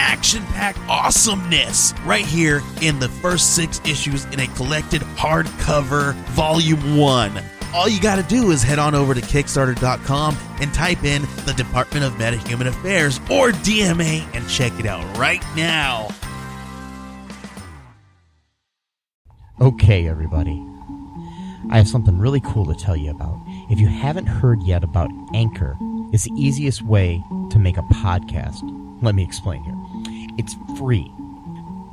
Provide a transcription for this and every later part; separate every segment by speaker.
Speaker 1: action packed awesomeness right here in the first six issues in a collected hardcover volume one. All you got to do is head on over to Kickstarter.com and type in the Department of Meta Human Affairs or DMA and check it out right now.
Speaker 2: Okay, everybody. I have something really cool to tell you about. If you haven't heard yet about Anchor, it's the easiest way to make a podcast. Let me explain here. It's free.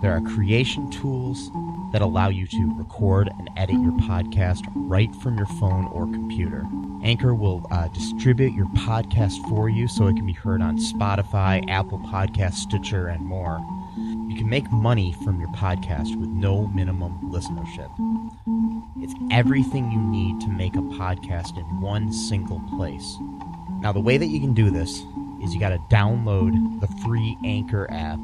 Speaker 2: There are creation tools that allow you to record and edit your podcast right from your phone or computer. Anchor will uh, distribute your podcast for you so it can be heard on Spotify, Apple Podcasts, Stitcher, and more. You can make money from your podcast with no minimum listenership. It's everything you need to make a podcast in one single place. Now, the way that you can do this is you got to download the free Anchor app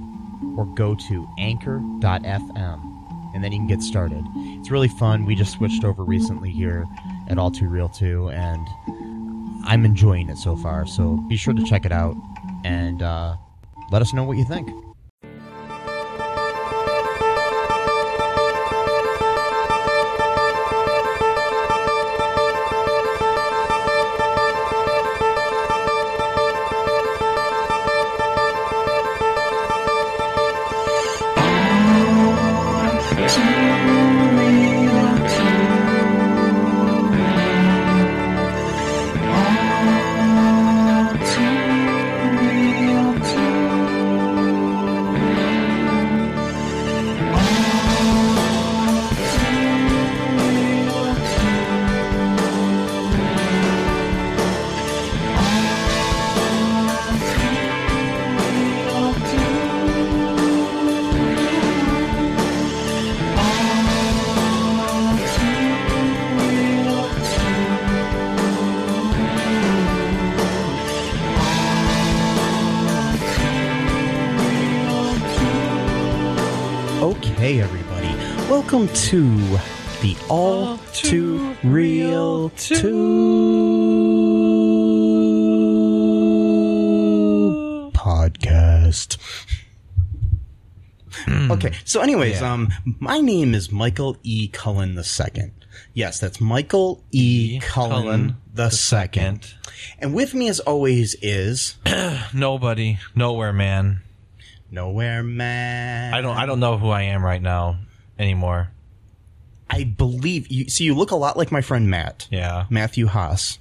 Speaker 2: or go to anchor.fm and then you can get started. It's really fun. We just switched over recently here at All Too Real 2 and I'm enjoying it so far. So be sure to check it out and uh, let us know what you think. Okay, everybody. Welcome to the All, Too Real 2 podcast. Okay, so, anyways, um, my name is Michael E. Cullen II. Yes, that's Michael E. Cullen,
Speaker 3: Cullen
Speaker 2: the second. And with me, as always, is
Speaker 3: Nobody, nowhere, man.
Speaker 2: Nowhere Man.
Speaker 3: I don't. I don't know who I am right now anymore.
Speaker 2: I believe you. So you look a lot like my friend Matt.
Speaker 3: Yeah,
Speaker 2: Matthew Haas.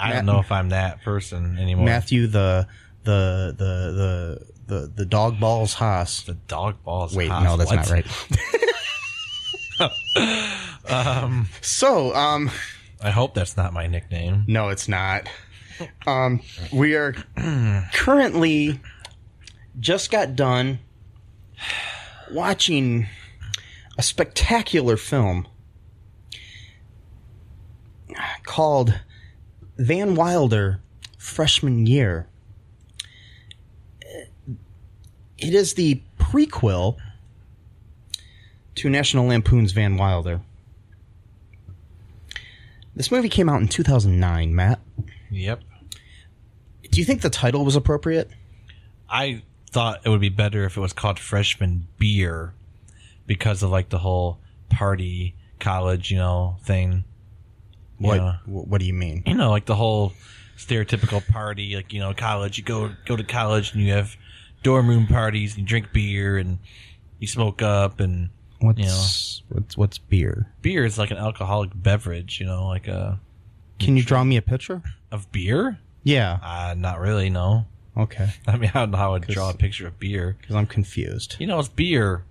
Speaker 3: I don't know if I'm that person anymore.
Speaker 2: Matthew the the the the the, the dog balls Haas.
Speaker 3: the dog balls.
Speaker 2: Wait,
Speaker 3: Haas.
Speaker 2: no, that's
Speaker 3: What?
Speaker 2: not right.
Speaker 3: Um,
Speaker 2: So, um,
Speaker 3: I hope that's not my nickname.
Speaker 2: no, it's not. Um, we are currently just got done watching a spectacular film called Van Wilder Freshman Year. It is the prequel to National Lampoon's Van Wilder. This movie came out in 2009, Matt.
Speaker 3: Yep.
Speaker 2: Do you think the title was appropriate?
Speaker 3: I thought it would be better if it was called freshman beer because of like the whole party college, you know, thing.
Speaker 2: What
Speaker 3: Yeah.
Speaker 2: wh- What do you mean?
Speaker 3: you know, like the whole stereotypical party, like you know, college. You go go to college and you have dorm room parties and you drink beer and you smoke up and
Speaker 2: What's what's what's beer?
Speaker 3: beer is like an alcoholic beverage, you know, like a
Speaker 2: Can you draw me a picture?
Speaker 3: of beer.
Speaker 2: Yeah.
Speaker 3: Uh, not really, no.
Speaker 2: Okay.
Speaker 3: I mean, I don't know how I'd draw a picture of beer.
Speaker 2: Because I'm confused.
Speaker 3: You know, it's beer.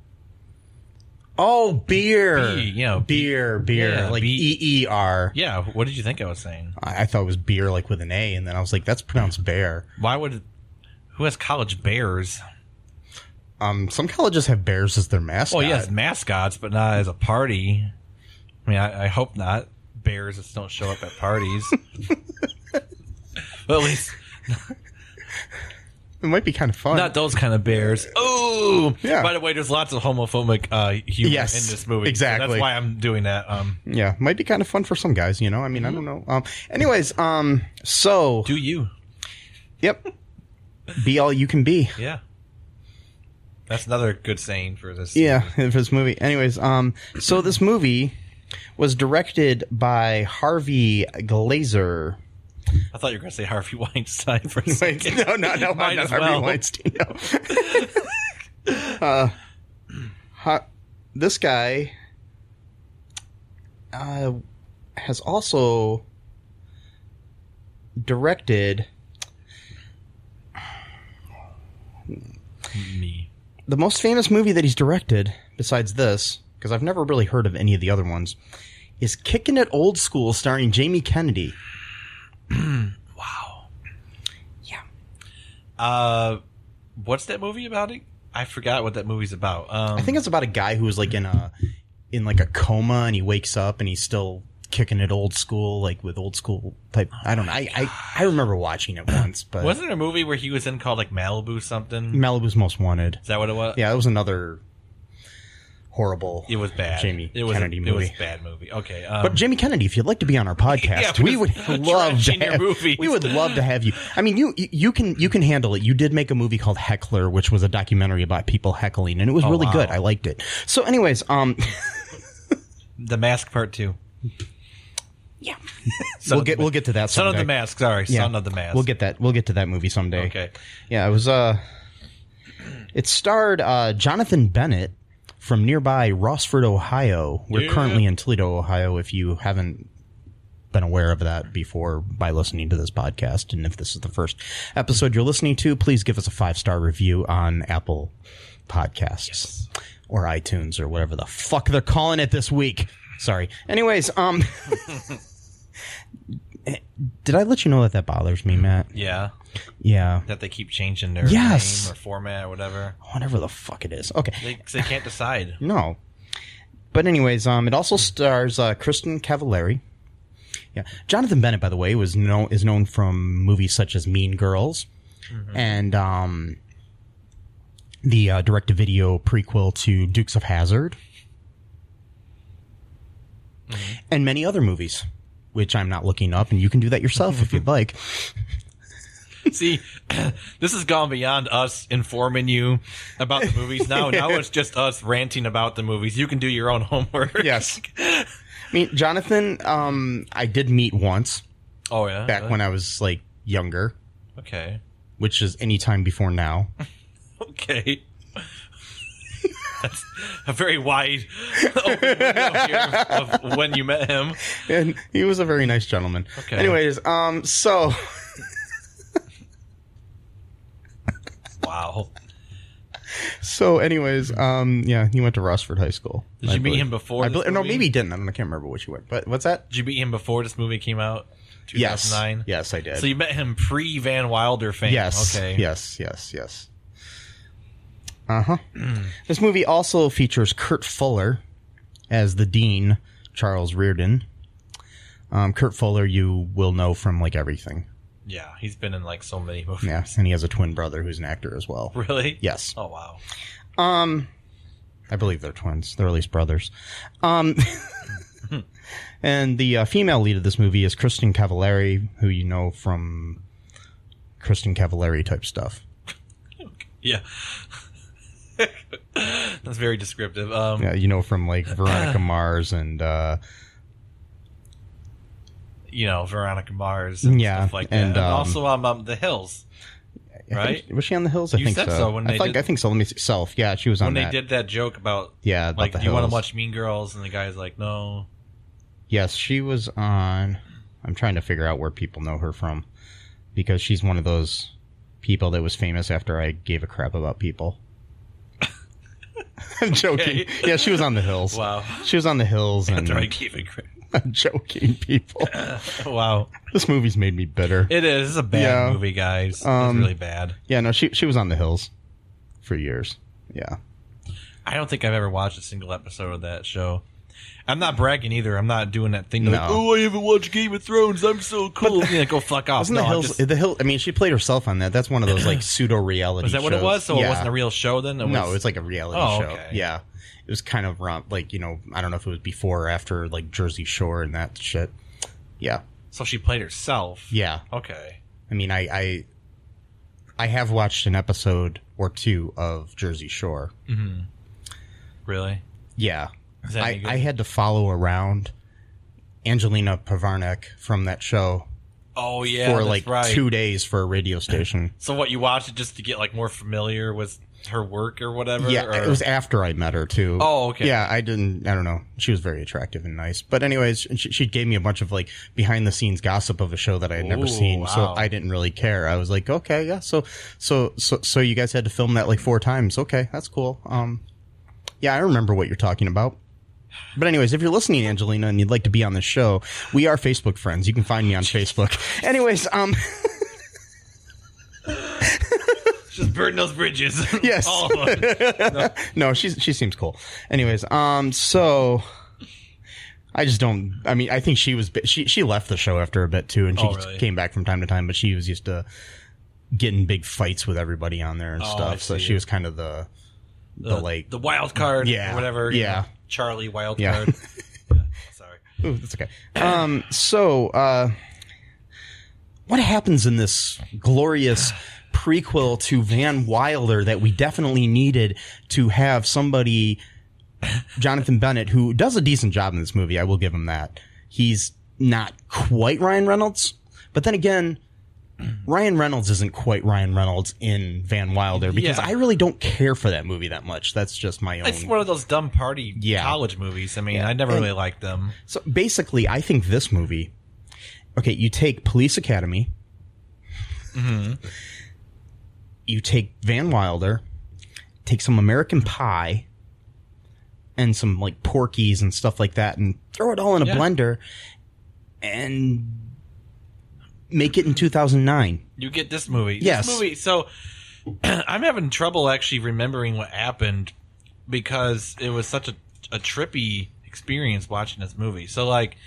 Speaker 2: Oh, beer.
Speaker 3: Bee, you know,
Speaker 2: beer, beer,
Speaker 3: yeah,
Speaker 2: like E
Speaker 3: bee-
Speaker 2: E R.
Speaker 3: Yeah. What did you think I was saying?
Speaker 2: I I thought it was beer, like with an A, and then I was like, that's pronounced bear.
Speaker 3: Why would who has college bears?
Speaker 2: Um, some colleges have bears as their mascot.
Speaker 3: Well, yes, mascots, but not as a party. I mean, I, I hope not. Bears just don't show up at parties. well, at least
Speaker 2: it might be kind of fun.
Speaker 3: not those kind of bears. Oh,
Speaker 2: Yeah.
Speaker 3: By the way, there's lots of homophobic uh, humor
Speaker 2: Yes,
Speaker 3: in this movie. so
Speaker 2: exactly.
Speaker 3: that's why I'm doing that. Um,
Speaker 2: yeah, might be kind of fun for some guys. You know, I mean, I don't know. Um, anyways, um, so
Speaker 3: do you?
Speaker 2: yep, be all you can be.
Speaker 3: Yeah. That's another good saying for this.
Speaker 2: Yeah, for this movie. Anyways, um, so this movie was directed by Harvey Glazer.
Speaker 3: I thought you were going to say Harvey Weinstein for a
Speaker 2: Wait,
Speaker 3: second.
Speaker 2: no, no, no,
Speaker 3: Might
Speaker 2: not
Speaker 3: as
Speaker 2: Harvey
Speaker 3: well.
Speaker 2: Weinstein. No. uh, ha- this guy uh, has also directed
Speaker 3: Me.
Speaker 2: the most famous movie that he's directed, besides this, because I've never really heard of any of the other ones, is Kickin' It Old School, starring Jamie Kennedy.
Speaker 3: Wow. Yeah. Uh, what's that movie about? it? I forgot what that movie's about. Um,
Speaker 2: I think it's about a guy who was like in a in like a coma and he wakes up and he's still kicking it old school, like with old school type. I don't know. I I, I remember watching it once, but
Speaker 3: wasn't there a movie where he was in called like Malibu something?
Speaker 2: Malibu's Most Wanted.
Speaker 3: Is that what it was?
Speaker 2: Yeah, that was another horrible.
Speaker 3: It was bad.
Speaker 2: Jamie
Speaker 3: it was
Speaker 2: Kennedy
Speaker 3: it
Speaker 2: movie.
Speaker 3: was a bad movie. Okay. Um,
Speaker 2: But Jamie Kennedy, if you'd like to be on our podcast,
Speaker 3: Yeah,
Speaker 2: we
Speaker 3: we're
Speaker 2: would love to
Speaker 3: trashing your
Speaker 2: have,
Speaker 3: movies.
Speaker 2: we would love to have you. I mean, you you can you can handle it. You did make a movie called Heckler, which was a documentary about people heckling, and it was really
Speaker 3: Oh, wow.
Speaker 2: good. I liked it. So, anyways, um,
Speaker 3: the Mask Part Two.
Speaker 2: we'll get we'll get to that.
Speaker 3: Son of the
Speaker 2: someday.
Speaker 3: Mask. Sorry,
Speaker 2: Yeah.
Speaker 3: Son of the Mask.
Speaker 2: We'll get that. We'll get to that movie someday.
Speaker 3: Okay.
Speaker 2: Yeah, it was. Uh, it starred uh, Jonathan Bennett from nearby Rossford, Ohio. We're
Speaker 3: Yeah.
Speaker 2: currently in Toledo, Ohio. If you haven't been aware of that before by listening to this podcast, and if this is the first episode you're listening to, please give us a five star review on Apple Podcasts or iTunes or whatever the fuck they're calling it this week. Sorry. Anyways, um. Eh, Did I let you know that that bothers me, Matt?
Speaker 3: Yeah.
Speaker 2: Yeah.
Speaker 3: That they keep changing their
Speaker 2: Yes.
Speaker 3: name or format or whatever.
Speaker 2: whatever the fuck it is. Okay,
Speaker 3: They, 'cause they can't decide.
Speaker 2: no. But anyways, um, it also stars uh, Kristen Cavallari. Yeah, Jonathan Bennett, by the way, was known is known from movies such as Mean Girls, and um, the uh, direct to video prequel to Dukes of Hazard, and many other movies, which I'm not looking up, and you can do that yourself if you'd like.
Speaker 3: See, this has gone beyond us informing you about the movies. Now, now it's just us ranting about the movies. You can do your own homework.
Speaker 2: Yes. I mean, Jonathan, um, I did meet once
Speaker 3: Oh yeah.
Speaker 2: back when I was like younger.
Speaker 3: Okay.
Speaker 2: which is any time before now.
Speaker 3: Okay. That's a very wide open window here of when you met him.
Speaker 2: and he was a very nice gentleman.
Speaker 3: Okay.
Speaker 2: Anyways, um, so
Speaker 3: Wow.
Speaker 2: so anyways, um, yeah, he went to Rossford High School.
Speaker 3: Did
Speaker 2: I
Speaker 3: you meet
Speaker 2: believe.
Speaker 3: him before
Speaker 2: I
Speaker 3: this
Speaker 2: believe, no,
Speaker 3: movie?
Speaker 2: maybe he didn't. I don't. know, I can't remember which he went. But what's that?
Speaker 3: Did you meet him before this movie came out?
Speaker 2: Yes,
Speaker 3: 2009?
Speaker 2: yes, I did.
Speaker 3: So you met him pre Van Wilder fame.
Speaker 2: yes,
Speaker 3: Okay.
Speaker 2: yes, yes, yes. Uh huh. this movie also features Kurt Fuller as the dean, Charles Reardon. Um, Kurt Fuller, you will know from like everything.
Speaker 3: Yeah. He's been in like so many movies.
Speaker 2: Yeah, and he has a twin brother who's an actor as well.
Speaker 3: Really?
Speaker 2: Yes.
Speaker 3: Oh wow.
Speaker 2: Um, I believe they're twins. They're at least brothers. Um, and the uh, female lead of this movie is Kristen Cavallari, who you know from Kristen Cavallari type stuff.
Speaker 3: Yeah. That's very descriptive. Um,
Speaker 2: Yeah, you know from like Veronica Mars and uh,
Speaker 3: You know, Veronica Mars and
Speaker 2: Yeah,
Speaker 3: stuff like that.
Speaker 2: and,
Speaker 3: And,
Speaker 2: um,
Speaker 3: also um, um, The Hills.
Speaker 2: I think-
Speaker 3: Right?
Speaker 2: was she on the Hills? I
Speaker 3: You
Speaker 2: think
Speaker 3: said
Speaker 2: so.
Speaker 3: so when
Speaker 2: I
Speaker 3: they
Speaker 2: think
Speaker 3: did-
Speaker 2: I think so. Let me see. Self, yeah, she was on
Speaker 3: When they
Speaker 2: that.
Speaker 3: did that joke about,
Speaker 2: yeah, about
Speaker 3: like,
Speaker 2: the
Speaker 3: do you want
Speaker 2: Hills.
Speaker 3: to watch Mean Girls? And the guy's like, no.
Speaker 2: Yes, she was on. I'm trying to figure out where people know her from because she's one of those people that was famous after I gave a crap about people. I'm joking.
Speaker 3: Okay.
Speaker 2: Yeah, she was on the hills.
Speaker 3: Wow.
Speaker 2: She was on the hills, and
Speaker 3: After I gave it credit.
Speaker 2: I'm joking, people.
Speaker 3: Wow.
Speaker 2: this movie's made me bitter.
Speaker 3: It is. It's a bad
Speaker 2: Yeah.
Speaker 3: movie, guys.
Speaker 2: Um,
Speaker 3: it's really bad.
Speaker 2: Yeah, no, she she was on the hills for years. Yeah.
Speaker 3: Oh, I don't think I've ever watched a single episode of that show. I'm not bragging either. I'm not doing that thing like,
Speaker 2: No.
Speaker 3: oh, I haven't watched Game of Thrones. I'm so cool. yeah, go fuck off.
Speaker 2: Wasn't
Speaker 3: No,
Speaker 2: the
Speaker 3: I'm
Speaker 2: hills
Speaker 3: just-
Speaker 2: the hill? I mean, she played herself on that. That's one of those like pseudo reality.
Speaker 3: was that what it was? So it
Speaker 2: Yeah.
Speaker 3: wasn't a real show then? It was,
Speaker 2: no, it was like a reality
Speaker 3: Oh,
Speaker 2: show.
Speaker 3: okay.
Speaker 2: Yeah, it was kind of around like you know I don't know if it was before or after like Jersey Shore and that shit. Yeah,
Speaker 3: so she played herself.
Speaker 2: yeah.
Speaker 3: Okay.
Speaker 2: I mean, I I, I have watched an episode or two of Jersey Shore.
Speaker 3: Really?
Speaker 2: Yeah,
Speaker 3: Is that any
Speaker 2: I,
Speaker 3: good?
Speaker 2: I had to follow around Angelina Pavarnik from that show
Speaker 3: oh yeah.
Speaker 2: for
Speaker 3: that's
Speaker 2: like
Speaker 3: right.
Speaker 2: two days for a radio station.
Speaker 3: So what you watched it just to get like more familiar with her work or whatever?
Speaker 2: Yeah,
Speaker 3: or-
Speaker 2: it was after I met her too.
Speaker 3: Oh, okay.
Speaker 2: Yeah, I didn't. I don't know. She was very attractive and nice. But anyways, she, she gave me a bunch of like behind the scenes gossip of a show that I had never
Speaker 3: Ooh,
Speaker 2: seen. So
Speaker 3: wow.
Speaker 2: I didn't really care. I was like, okay, yeah. So so so so you guys had to film that like four times. Okay, that's cool. Um, yeah, I remember what you're talking about. But anyways, if you're listening, Angelina, and you'd like to be on the show, we are Facebook friends. You can find me on Facebook. Anyways, um,
Speaker 3: just burn those bridges.
Speaker 2: Yes.
Speaker 3: All of them.
Speaker 2: no, she's she seems cool. Anyways, um, so I just don't. I mean, I think she was she she left the show after a bit too, and she
Speaker 3: Oh, really?
Speaker 2: came back from time to time, but she was used to getting big fights with everybody on there and
Speaker 3: Oh, I
Speaker 2: stuff. So
Speaker 3: see.
Speaker 2: she was kind of the the, like
Speaker 3: the wild card.
Speaker 2: Yeah,
Speaker 3: Or whatever. you
Speaker 2: yeah.
Speaker 3: know, Charlie wild
Speaker 2: Yeah.
Speaker 3: card. yeah. Sorry.
Speaker 2: Ooh, that's okay. Um, so, uh, what happens in this glorious prequel to Van Wilder that we definitely needed to have somebody, Jonathan Bennett, who does a decent job in this movie? I will give him that. He's not quite Ryan Reynolds, but then again, Ryan Reynolds isn't quite Ryan Reynolds in Van Wilder because
Speaker 3: Yeah.
Speaker 2: I really don't care for that movie that much. That's just my own.
Speaker 3: It's one of those dumb party
Speaker 2: Um, Yeah.
Speaker 3: college movies. I mean,
Speaker 2: Yeah.
Speaker 3: I never
Speaker 2: And-
Speaker 3: really liked them.
Speaker 2: So basically, I think this movie. Okay, you take Police Academy.
Speaker 3: Mm-hmm.
Speaker 2: You take Van Wilder, take some American Pie, and some like Porkies and stuff like that, and throw it all in a
Speaker 3: Yeah.
Speaker 2: blender, and make it in 2009.
Speaker 3: You get this movie.
Speaker 2: Yes.
Speaker 3: This movie. So I'm having trouble actually remembering what happened because it was such a, a trippy experience watching this movie. So like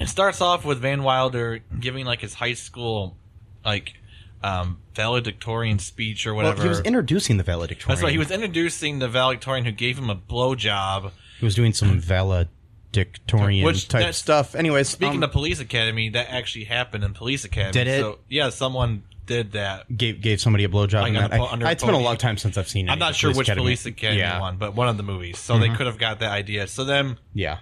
Speaker 3: it starts off with Van Wilder giving like his high school like um, valedictorian speech or
Speaker 2: Well,
Speaker 3: whatever.
Speaker 2: he was introducing the valedictorian.
Speaker 3: That's right. He was introducing the valedictorian who gave him a blowjob.
Speaker 2: He was doing some valedictorian
Speaker 3: Which-
Speaker 2: type
Speaker 3: that's-
Speaker 2: stuff. Anyways,
Speaker 3: Speaking
Speaker 2: um,
Speaker 3: of police academy, that actually happened in police academy.
Speaker 2: Did it?
Speaker 3: So, yeah, someone did that.
Speaker 2: gave gave somebody a blowjob.
Speaker 3: Like
Speaker 2: in
Speaker 3: on a
Speaker 2: that.
Speaker 3: po- under
Speaker 2: I,
Speaker 3: a
Speaker 2: it's been a
Speaker 3: pony.
Speaker 2: long time since I've seen.
Speaker 3: I'm
Speaker 2: any
Speaker 3: not
Speaker 2: of the
Speaker 3: sure
Speaker 2: Police
Speaker 3: which
Speaker 2: Academy.
Speaker 3: police academy
Speaker 2: yeah. Mm-hmm.
Speaker 3: one, but one of the movies. So they could have got that idea. So then
Speaker 2: Yeah,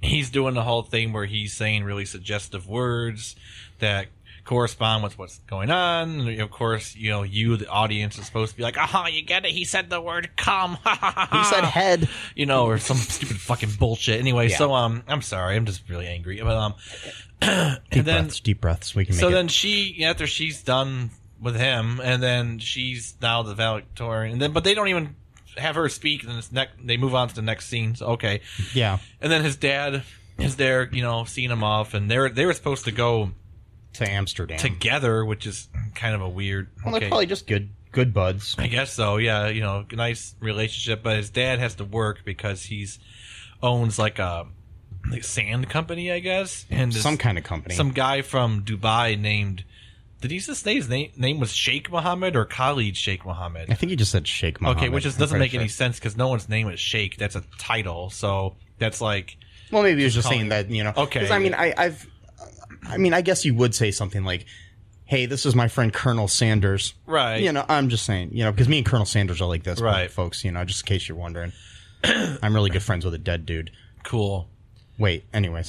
Speaker 3: he's doing the whole thing where he's saying really suggestive words that correspond with what's going on. And of course, you know, you, the audience, is supposed to be like, aha, you get it. He said the word come.
Speaker 2: he said
Speaker 3: Ah.
Speaker 2: head.
Speaker 3: you know, or some stupid fucking bullshit. Anyway,
Speaker 2: Yeah.
Speaker 3: so um, I'm sorry, I'm just really angry. But um, and
Speaker 2: Deep
Speaker 3: then
Speaker 2: breaths, deep breaths. We can make
Speaker 3: so
Speaker 2: it.
Speaker 3: then she after she's done with him, and then she's now the valedictorian, and then but they don't even have her speak. And then it's next, they move on to the next scene. So okay,
Speaker 2: yeah,
Speaker 3: and then his dad is there, you know, seeing him off, and they're they were supposed to go
Speaker 2: to Amsterdam.
Speaker 3: together, which is kind of a weird.
Speaker 2: well,
Speaker 3: okay.
Speaker 2: they're probably just good, good buds.
Speaker 3: I guess so. Yeah, you know, nice relationship, but his dad has to work because he's owns like a like sand company, I guess, and this-
Speaker 2: Some kind of company.
Speaker 3: some guy from Dubai named. Did he just say his name? Name was Sheikh Mohammed or Khalid Sheikh Mohammed?
Speaker 2: I think you just said Sheikh Mohammed.
Speaker 3: Okay, which just
Speaker 2: I'm
Speaker 3: doesn't
Speaker 2: pretty
Speaker 3: make any
Speaker 2: sure.
Speaker 3: sense because no one's name is Sheikh. That's a title, so that's like
Speaker 2: Well, maybe he was just
Speaker 3: Colin.
Speaker 2: saying that you know.
Speaker 3: Okay.
Speaker 2: 'cause I mean, I, I've, I mean, I guess you would say something like, "Hey, this is my friend Colonel Sanders."
Speaker 3: right.
Speaker 2: You know, I'm just saying, you know, because me and Colonel Sanders are like this,
Speaker 3: Right.
Speaker 2: folks. You know, just in case you're wondering, I'm really good friends with a dead dude.
Speaker 3: cool.
Speaker 2: Wait, anyways,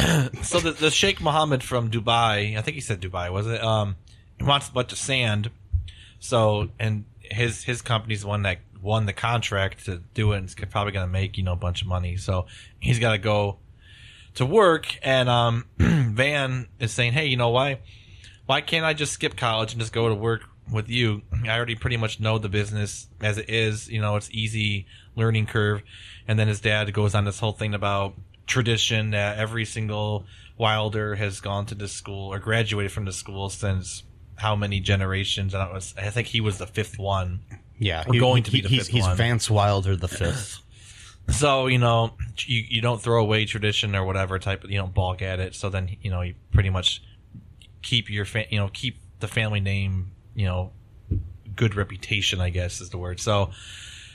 Speaker 3: so the, the Sheikh Mohammed from Dubai, I think he said Dubai, was it? Um, he wants a bunch of sand. So and his his company's the one that won the contract to do it. and It's probably going to make you know a bunch of money. So he's got to go to work, and um, Van is saying, "Hey, you know why? Why can't I just skip college and just go to work with you? I already pretty much know the business as it is. You know, it's easy learning curve." And then his dad goes on this whole thing about tradition that every single Wilder has gone to this school or graduated from the school since how many generations? I, don't know, I think he was the fifth one
Speaker 2: Yeah,
Speaker 3: We're going to be the
Speaker 2: he's,
Speaker 3: fifth
Speaker 2: he's
Speaker 3: one.
Speaker 2: Vance Wilder the fifth.
Speaker 3: So you know, you, you don't throw away tradition or whatever type of you don't balk at it. So then you know you pretty much keep your fa- you know keep the family name you know good reputation I guess is the word. So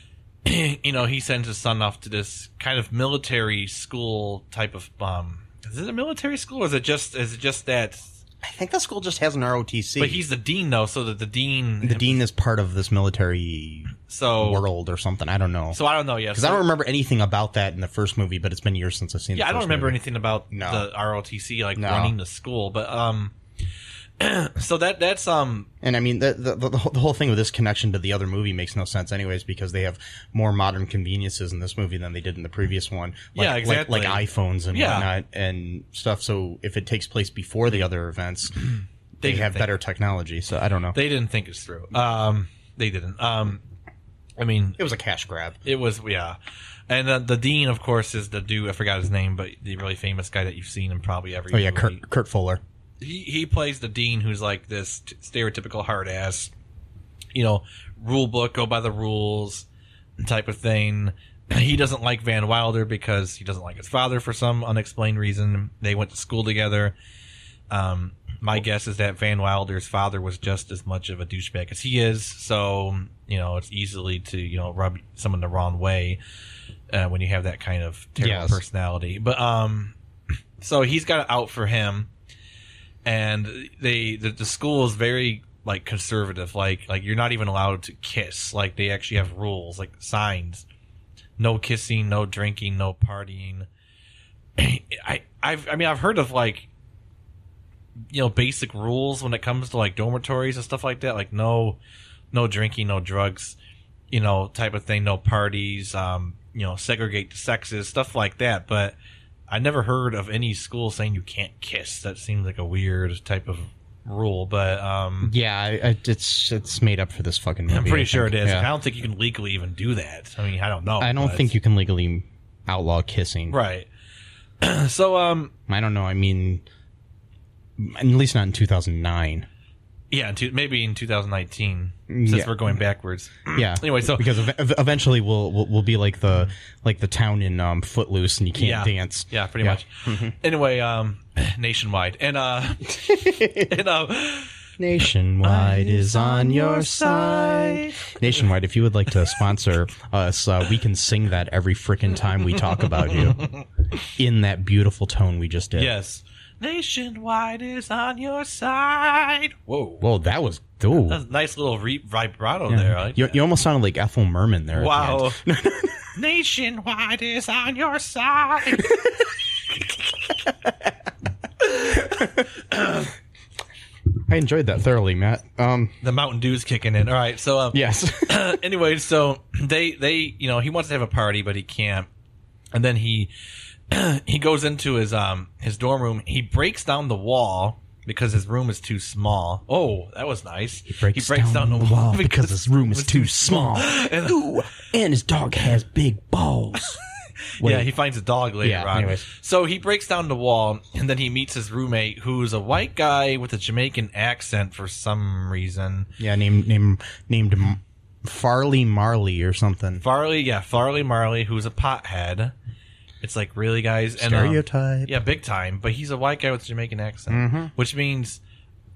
Speaker 3: you know he sends his son off to this kind of military school type of um is it a military school or is it just is it just that?
Speaker 2: I think the school just has an ROTC.
Speaker 3: But he's the dean though, so that the dean
Speaker 2: the dean is part of this military
Speaker 3: so
Speaker 2: world or something. I don't know.
Speaker 3: so I don't know yeah
Speaker 2: Because I don't remember anything about that in the first movie, but it's been years since I've seen.
Speaker 3: Yeah,
Speaker 2: the
Speaker 3: I don't
Speaker 2: first
Speaker 3: remember
Speaker 2: movie.
Speaker 3: anything about
Speaker 2: No.
Speaker 3: the ROTC like
Speaker 2: No.
Speaker 3: running the school, but um, so that that's um,
Speaker 2: And I mean, the, the the the whole thing with this connection to the other movie makes no sense, anyways, because they have more modern conveniences in this movie than they did in the previous one. Like,
Speaker 3: Yeah, exactly.
Speaker 2: Like, like iPhones and
Speaker 3: Yeah.
Speaker 2: whatnot and stuff. So if it takes place before the other events, they,
Speaker 3: didn't
Speaker 2: have
Speaker 3: think-
Speaker 2: better technology. So I don't know.
Speaker 3: they didn't think it's through. Um, they didn't. Um, I mean,
Speaker 2: it was a cash grab.
Speaker 3: it was yeah, and uh, the dean, of course, is the dude I forgot his name, but the really famous guy that you've seen in probably every.
Speaker 2: Oh yeah,
Speaker 3: movie.
Speaker 2: Kurt, Kurt Fuller.
Speaker 3: he he plays the dean who's like this t- stereotypical hard ass, you know, rule book, go by the rules type of thing. He doesn't like Van Wilder because he doesn't like his father for some unexplained reason. They went to school together. Um, my guess is that Van Wilder's father was just as much of a douchebag as he is, so you know it's easily to you know rub someone the wrong way uh, when you have that kind of terrible
Speaker 2: Yes.
Speaker 3: personality. But um, so he's got it out for him and they the, the school is very like conservative like like you're not even allowed to kiss like they actually have rules like signs no kissing no drinking no partying i i've i mean i've heard of like you know basic rules when it comes to like dormitories and stuff like that like no no drinking no drugs you know type of thing no parties um you know segregate the sexes stuff like that but I never heard of any school saying you can't kiss. That seems like a weird type of rule, but um,
Speaker 2: Yeah, I, I, it's it's made up for this fucking movie.
Speaker 3: I'm pretty
Speaker 2: I
Speaker 3: sure it
Speaker 2: think.
Speaker 3: is.
Speaker 2: Yeah.
Speaker 3: I don't think you can legally even do that. I mean, I don't know.
Speaker 2: I don't
Speaker 3: but-
Speaker 2: think you can legally outlaw kissing.
Speaker 3: right. so um,
Speaker 2: I don't know. I mean, at least not in 2009.
Speaker 3: yeah, in two, maybe in 2019, since
Speaker 2: Yeah.
Speaker 3: we're going backwards.
Speaker 2: Yeah.
Speaker 3: Anyway, so-
Speaker 2: because ev- ev- eventually we'll, we'll we'll be like the like the town in um, Footloose, and you can't
Speaker 3: yeah,
Speaker 2: dance.
Speaker 3: Yeah, pretty much.
Speaker 2: Mm-hmm.
Speaker 3: Anyway, um, nationwide and uh, and uh,
Speaker 2: Nationwide is on your side. Nationwide, if you would like to sponsor us, uh, we can sing that every freaking time we talk about you in that beautiful tone we just did.
Speaker 3: yes, nationwide is on your side. Whoa,
Speaker 2: Whoa, that was dude.
Speaker 3: that's a nice little re- vibrato there. I like
Speaker 2: you, you almost sounded like Ethel Merman there. at the
Speaker 3: Wow.
Speaker 2: end.
Speaker 3: Nationwide is on your side.
Speaker 2: I enjoyed that thoroughly, Matt. Um,
Speaker 3: the Mountain Dew's kicking in. All right. So, um,
Speaker 2: yes.
Speaker 3: anyway, so they, they, you know, he wants to have a party, but he can't. And then he, he goes into his, um, his dorm room. He breaks down the wall because his room is too small. Oh, that was nice. He
Speaker 2: breaks, down, the wall because his room is too small.
Speaker 3: And-
Speaker 2: Ooh, and his dog has big balls.
Speaker 3: Yeah, he finds a dog later
Speaker 2: Yeah,
Speaker 3: on.
Speaker 2: anyways.
Speaker 3: So he breaks down the wall, and then he meets his roommate, who's a white guy with a Jamaican accent for some reason.
Speaker 2: yeah, named named named M- Farley Marley or something.
Speaker 3: Farley, yeah, Farley Marley, who's a pothead. It's like really, guys, and um,
Speaker 2: Stereotype.
Speaker 3: yeah, big time. But he's a white guy with a Jamaican accent,
Speaker 2: Mm-hmm.
Speaker 3: which means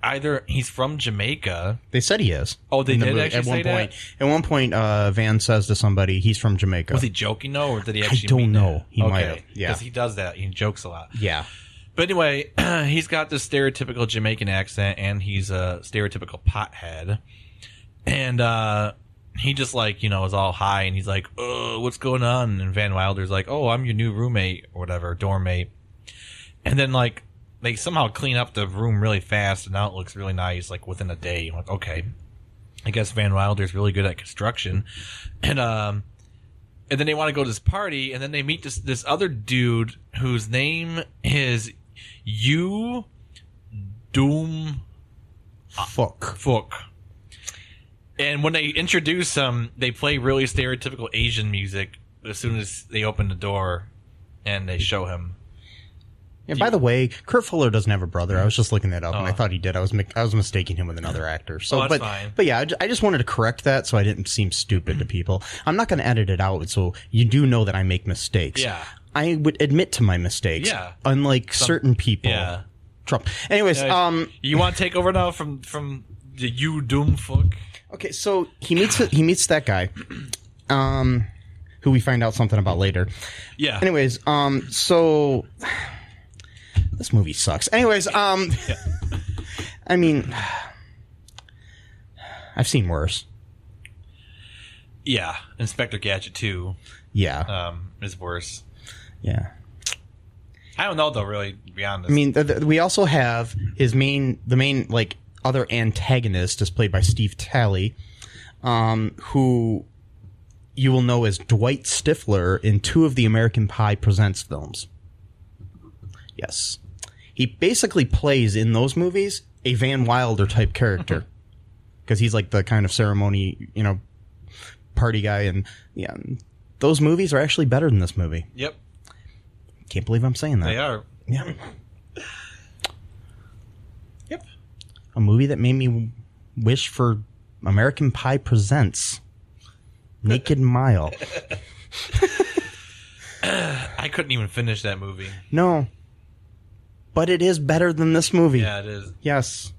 Speaker 3: either he's from Jamaica.
Speaker 2: They said he is.
Speaker 3: Oh, they
Speaker 2: in the
Speaker 3: did
Speaker 2: movie.
Speaker 3: actually
Speaker 2: at one
Speaker 3: say that?
Speaker 2: point. At one point, uh, Van says to somebody, "He's from Jamaica."
Speaker 3: Was he joking though, or did he
Speaker 2: I
Speaker 3: actually?
Speaker 2: don't
Speaker 3: mean
Speaker 2: know.
Speaker 3: that?
Speaker 2: He might have. Yeah.
Speaker 3: he does that. He jokes a lot.
Speaker 2: yeah,
Speaker 3: But anyway, he's got this stereotypical Jamaican accent, and he's a stereotypical pothead. And uh, he just like you know is all high, and he's like, "Oh, what's going on?" And Van Wilder's like, "Oh, I'm your new roommate or whatever, dorm mate." And then like they somehow clean up the room really fast, and now it looks really nice. Like within a day, I'm like, okay, I guess Van Wilder's really good at construction, and um, and then they want to go to this party, and then they meet this this other dude whose name is you Doom Uh,
Speaker 2: fuck.
Speaker 3: Fook. And when they introduce him, they play really stereotypical Asian music as soon as they open the door, and they show him.
Speaker 2: And by the way, Kurt Fuller doesn't have a brother. I was just looking that up, and I
Speaker 3: Oh.
Speaker 2: thought he did. I was mi- I was mistaking him with another actor. So,
Speaker 3: Oh, that's
Speaker 2: but
Speaker 3: fine.
Speaker 2: but yeah, I ju- I just wanted to correct that so I didn't seem stupid to people. I'm not going to edit it out, so you do know that I make mistakes.
Speaker 3: Yeah.
Speaker 2: I would admit to my mistakes.
Speaker 3: Yeah.
Speaker 2: unlike certain people.
Speaker 3: yeah.
Speaker 2: Trump. Anyways, um,
Speaker 3: you want to take over now from from the you doom fuck?
Speaker 2: Okay, so he meets he meets that guy, um, who we find out something about later.
Speaker 3: Yeah.
Speaker 2: Anyways, um, so this movie sucks. Anyways, um, I mean, I've seen worse.
Speaker 3: Yeah. Inspector Gadget Two
Speaker 2: Yeah,
Speaker 3: um, is worse.
Speaker 2: yeah.
Speaker 3: I don't know though. Really, to be honest.
Speaker 2: I mean, th- th- we also have his main, the main like other antagonist is played by Steve Talley, um, who you will know as Dwight Stifler in two of the American Pie Presents films. Yes, he basically plays in those movies a Van Wilder type character because he's like the kind of ceremony, you know, party guy, and yeah, those movies are actually better than this movie.
Speaker 3: yep,
Speaker 2: Can't believe I'm saying that.
Speaker 3: they are.
Speaker 2: Yeah.
Speaker 3: Yep.
Speaker 2: a movie that made me w- wish for American Pie Presents Naked Mile.
Speaker 3: I couldn't even finish that movie.
Speaker 2: No, but it is better than this movie.
Speaker 3: Yeah, it is.
Speaker 2: Yes,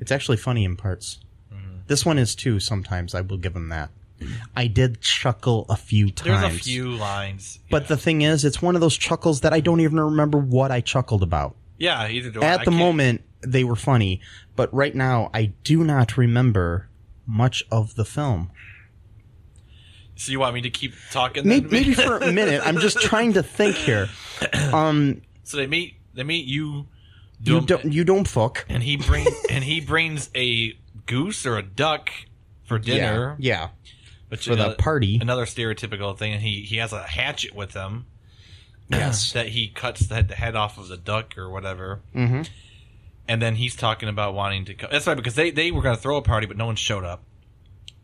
Speaker 2: it's actually funny in parts.
Speaker 3: Mm-hmm.
Speaker 2: This one is too. Sometimes I will give him that. I did chuckle a few
Speaker 3: There's
Speaker 2: times.
Speaker 3: a few lines.
Speaker 2: But the thing is, it's one of those chuckles that I don't even remember what I chuckled about.
Speaker 3: yeah, either do I. I
Speaker 2: at the
Speaker 3: can't-
Speaker 2: moment they were funny, but right now I do not remember much of the film.
Speaker 3: So you want me to keep talking?
Speaker 2: Maybe,
Speaker 3: Then?
Speaker 2: maybe for a minute. I'm just trying to think here. Um,
Speaker 3: so they meet. They meet you.
Speaker 2: you
Speaker 3: Doom,
Speaker 2: don't you don't fuck
Speaker 3: And he brings and he brings a goose or a duck for dinner.
Speaker 2: Yeah,
Speaker 3: which
Speaker 2: for
Speaker 3: is
Speaker 2: the
Speaker 3: another-
Speaker 2: party.
Speaker 3: Another stereotypical thing. And he he has a hatchet with him.
Speaker 2: yeah. yes.
Speaker 3: that he cuts the head, the head off of the duck or whatever.
Speaker 2: Mhm.
Speaker 3: And then he's talking about wanting to come. That's right, because they, they were going to throw a party, but no one showed up.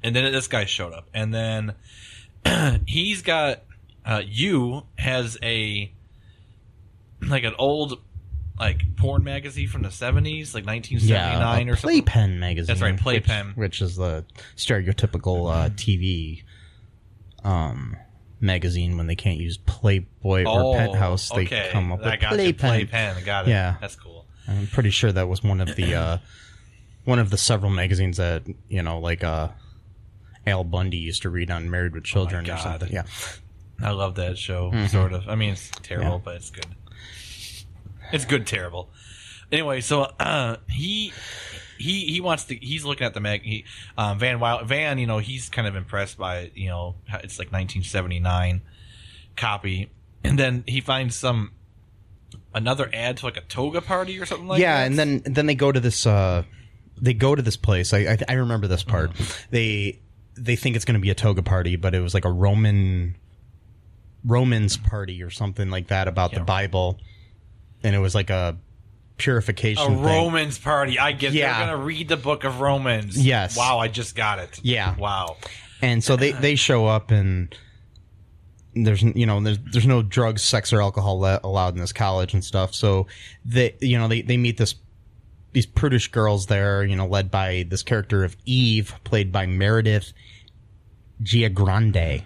Speaker 3: And then this guy showed up. And then he's got, uh, you has a, like an old, like porn magazine from the 70s, like 1979
Speaker 2: yeah,
Speaker 3: or
Speaker 2: a
Speaker 3: something.
Speaker 2: Playpen magazine.
Speaker 3: That's right,
Speaker 2: which-
Speaker 3: Playpen.
Speaker 2: which, is the stereotypical uh, TV um, magazine when they can't use Playboy or Penthouse, they
Speaker 3: Oh, okay.
Speaker 2: come up with
Speaker 3: I got you. Playpen. Got it.
Speaker 2: Yeah.
Speaker 3: That's cool.
Speaker 2: I'm pretty sure that was one of the uh, one of the several magazines that you know, like uh, Al Bundy used to read on Married with Children or
Speaker 3: Oh God.
Speaker 2: something. Yeah,
Speaker 3: I love that show,
Speaker 2: Mm-hmm.
Speaker 3: sort of. I mean, it's terrible, but it's good. It's good, terrible. Anyway, so uh, he he he wants to. He's looking at the mag. He, um, Van Wild Van, you know, he's kind of impressed by you know how- it's like 1979 copy, and then he finds some another ad to like a toga party or something like
Speaker 2: yeah,
Speaker 3: that.
Speaker 2: and then then they go to this uh, they go to this place. I I, I remember this part.
Speaker 3: Uh-huh.
Speaker 2: They they think it's going to be a toga party, but it was like a Roman Romans party or something like that about the
Speaker 3: Yeah.
Speaker 2: Bible, and it was like a purification
Speaker 3: a
Speaker 2: thing.
Speaker 3: Romans party. I get.
Speaker 2: Yeah.
Speaker 3: They're gonna read the Book of Romans.
Speaker 2: Yes.
Speaker 3: Wow, I just got it.
Speaker 2: Yeah.
Speaker 3: Wow.
Speaker 2: And so they, they show up and there's you know there's, there's no drugs, sex or alcohol le- allowed in this college and stuff. So they you know they, they meet this these prudish girls there, you know, led by this character of Eve, played by Meredith Giagrande.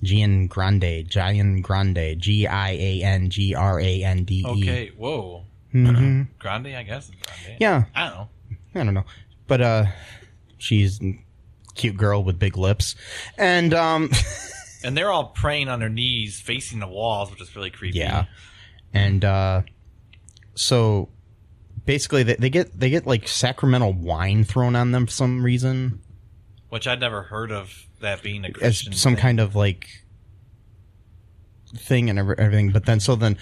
Speaker 2: Gian Grande, Gian Grande, G I A N G R A N D E.
Speaker 3: Okay. Whoa.
Speaker 2: Mhm.
Speaker 3: Grande, I guess. Grande.
Speaker 2: Yeah,
Speaker 3: I don't know.
Speaker 2: I don't know, but uh, she's a cute girl with big lips, and um.
Speaker 3: And they're all praying on their knees, facing the walls, which is really creepy.
Speaker 2: Yeah, and uh, so basically, they, they get they get like sacramental wine thrown on them for some reason,
Speaker 3: Which I'd never heard of that being a
Speaker 2: as
Speaker 3: Christian.
Speaker 2: some
Speaker 3: thing.
Speaker 2: kind of like thing and every- everything. But then, so then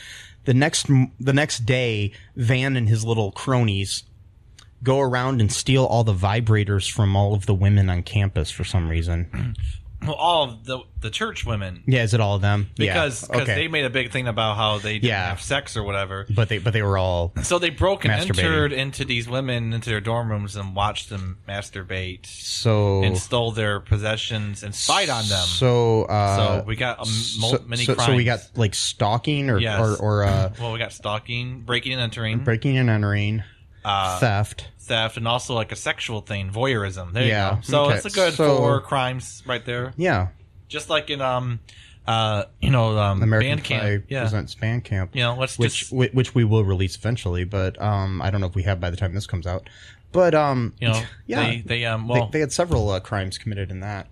Speaker 2: the next m- the next day, Van and his little cronies
Speaker 3: Mm-hmm.
Speaker 2: go around and steal all the vibrators from all of the women on campus for some reason.
Speaker 3: well, all of the the church women
Speaker 2: Yeah, is it all of them? Yeah,
Speaker 3: because cause
Speaker 2: okay.
Speaker 3: they made a big thing about how they didn't
Speaker 2: Yeah.
Speaker 3: have sex or whatever.
Speaker 2: but they but they were all
Speaker 3: So they broke and
Speaker 2: Masturbating.
Speaker 3: entered into these women into their dorm rooms and watched them masturbate
Speaker 2: so
Speaker 3: and stole their possessions and spied on them. So,
Speaker 2: So uh,
Speaker 3: we got a, mul-
Speaker 2: so,
Speaker 3: many
Speaker 2: so,
Speaker 3: crimes.
Speaker 2: so we got like stalking or
Speaker 3: Yes.
Speaker 2: or, or uh,
Speaker 3: well, we got stalking, breaking and entering,
Speaker 2: breaking and entering,
Speaker 3: uh,
Speaker 2: theft.
Speaker 3: theft, and also like a sexual thing, voyeurism. There
Speaker 2: Yeah,
Speaker 3: you go. So
Speaker 2: okay.
Speaker 3: it's a good
Speaker 2: So-
Speaker 3: four crimes right there.
Speaker 2: Yeah,
Speaker 3: Just like in um, uh, you know, um,
Speaker 2: American
Speaker 3: band camp.
Speaker 2: Pie
Speaker 3: yeah,
Speaker 2: presents Bandcamp,
Speaker 3: you know, let's
Speaker 2: which
Speaker 3: just
Speaker 2: whi- which we will release eventually, but um, I don't know if we have by the time this comes out. But um,
Speaker 3: you know,
Speaker 2: yeah,
Speaker 3: they
Speaker 2: they,
Speaker 3: they um, well,
Speaker 2: they had several uh, crimes committed in that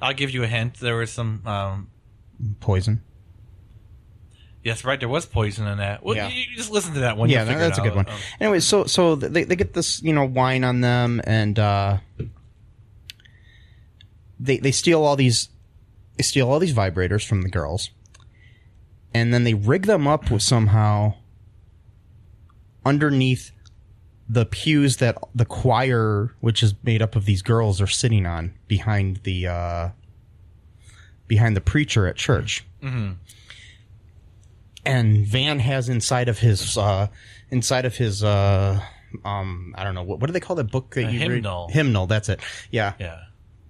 Speaker 3: I'll give you a hint. There was some um,
Speaker 2: poison.
Speaker 3: Yes, right. There was poison in that. Well,
Speaker 2: Yeah.
Speaker 3: you you just listen to that one.
Speaker 2: yeah,
Speaker 3: you'll
Speaker 2: that-
Speaker 3: figure it
Speaker 2: that's a good
Speaker 3: out.
Speaker 2: one.
Speaker 3: Um,
Speaker 2: Anyway, so so th- they they get this you know wine on them and uh, they they steal all these they steal all these vibrators from the girls, and then they rig them up with somehow underneath the pews that the choir, which is made up of these girls, are sitting on behind the uh, behind the preacher at church
Speaker 3: Mm-hmm.
Speaker 2: and Van has inside of his uh, inside of his uh, um, I don't know what, what do they call that book that
Speaker 3: A
Speaker 2: you
Speaker 3: hymnal.
Speaker 2: read? Hymnal. That's it. Yeah.
Speaker 3: Yeah. That's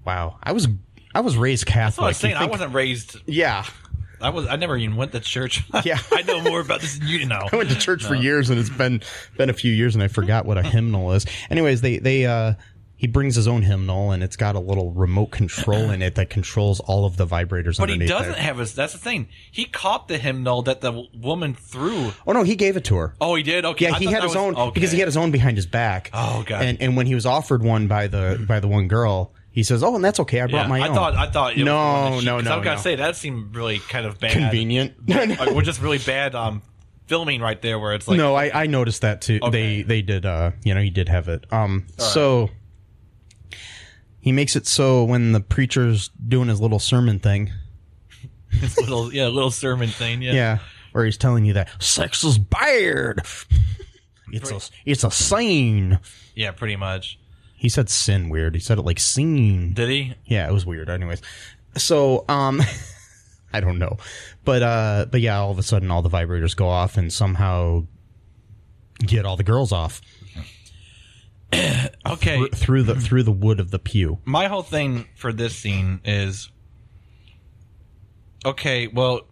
Speaker 2: Wow. I was I was raised
Speaker 3: what I
Speaker 2: Catholic.
Speaker 3: was saying.
Speaker 2: You
Speaker 3: I
Speaker 2: think-
Speaker 3: wasn't raised.
Speaker 2: yeah.
Speaker 3: I was. I never even went to church.
Speaker 2: Yeah.
Speaker 3: I know more about this than you know.
Speaker 2: I went to church for years, and it's been been a few years, and I forgot what a hymnal is. Anyways, they they uh, he brings his own hymnal, and it's got a little remote control in it that controls all of the vibrators.
Speaker 3: But he
Speaker 2: underneath
Speaker 3: doesn't
Speaker 2: There.
Speaker 3: have his. That's the thing. He caught the hymnal that the w- woman threw.
Speaker 2: Oh no, he gave it to her.
Speaker 3: Oh, he did. Okay.
Speaker 2: Yeah,
Speaker 3: I
Speaker 2: he
Speaker 3: thought
Speaker 2: had
Speaker 3: that
Speaker 2: his
Speaker 3: was-
Speaker 2: own
Speaker 3: okay.
Speaker 2: because he had his own behind his back.
Speaker 3: Oh, God.
Speaker 2: And and when he was offered one by the by the one girl, he says, "Oh, and that's okay. I brought
Speaker 3: Yeah,
Speaker 2: my
Speaker 3: I
Speaker 2: own."
Speaker 3: thought. I thought. It
Speaker 2: No,
Speaker 3: was the one that she-
Speaker 2: no,
Speaker 3: 'cause
Speaker 2: no,
Speaker 3: I've got to
Speaker 2: no.
Speaker 3: say that seemed really kind of bad.
Speaker 2: convenient. no, no.
Speaker 3: Like, we're just really bad. Um, filming right there where it's like.
Speaker 2: no, I, I noticed that too.
Speaker 3: Okay.
Speaker 2: They they did uh you know he did have it. Um so he makes it so when the preacher's doing his little sermon thing,
Speaker 3: This little yeah little sermon thing. Yeah.
Speaker 2: yeah, where he's telling you that sex is bad. It's a it's a sin.
Speaker 3: Yeah. Pretty much.
Speaker 2: He said sin weird. He said it like sin.
Speaker 3: Did he?
Speaker 2: yeah it was weird anyways so um i don't know but uh but yeah all of a sudden all the vibrators go off and somehow get all the girls off
Speaker 3: Okay.
Speaker 2: thr- through the through the wood of the pew
Speaker 3: my whole thing for this scene is okay well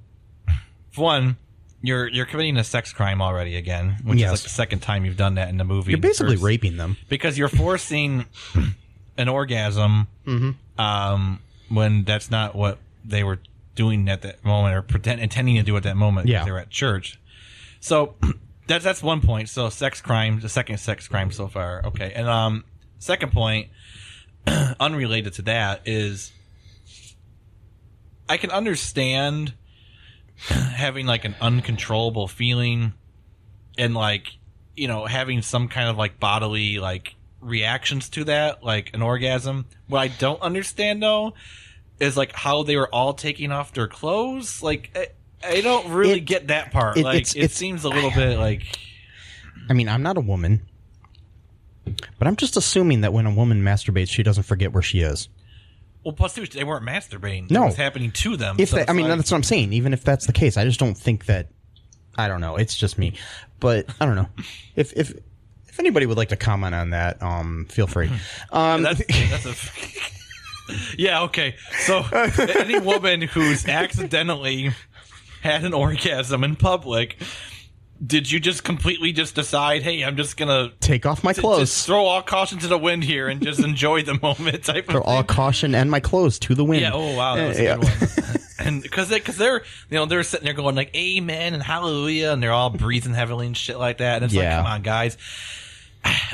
Speaker 3: for one you're you're committing a sex crime already again which
Speaker 2: Yes.
Speaker 3: is like the second time you've done that in the movie
Speaker 2: you're basically
Speaker 3: First-
Speaker 2: raping them
Speaker 3: because you're forcing an orgasm um, when that's not what they were doing at that moment or pretend, intending to do at that moment 'cause
Speaker 2: Yeah.
Speaker 3: they were at church so that's that's one point so sex crime the second sex crime so far okay and um second point unrelated to that is i can understand having like an uncontrollable feeling and like you know having some kind of like bodily like reactions to that like an orgasm what i don't understand though is like how they were all taking off their clothes like i, I don't really
Speaker 2: It-
Speaker 3: get that part
Speaker 2: it-
Speaker 3: like
Speaker 2: it's-
Speaker 3: it
Speaker 2: it's-
Speaker 3: seems a little bit like
Speaker 2: i mean i'm not a woman but i'm just assuming that when a woman masturbates she doesn't forget where she is
Speaker 3: well plus they was- they weren't masturbating
Speaker 2: No.
Speaker 3: it was happening to them
Speaker 2: if
Speaker 3: so
Speaker 2: that,
Speaker 3: it's
Speaker 2: i mean
Speaker 3: like-
Speaker 2: that's what i'm saying even if that's the case i just don't think that i don't know it's just me but i don't know if if if anybody would like to comment on that um feel free um
Speaker 3: that's, that's a yeah okay so any woman who's accidentally had an orgasm in public did you just completely just decide hey i'm just gonna
Speaker 2: take off my
Speaker 3: Just
Speaker 2: clothes.
Speaker 3: throw all caution to the wind here and just enjoy the moment. Type
Speaker 2: Throw
Speaker 3: of
Speaker 2: all caution and my clothes to the wind.
Speaker 3: yeah. Oh wow, that was a good one. And because they, because they're, you know, they're sitting there going like "Amen" and "Hallelujah," and they're all breathing heavily and shit like that. And it's
Speaker 2: Yeah.
Speaker 3: like, come on, guys.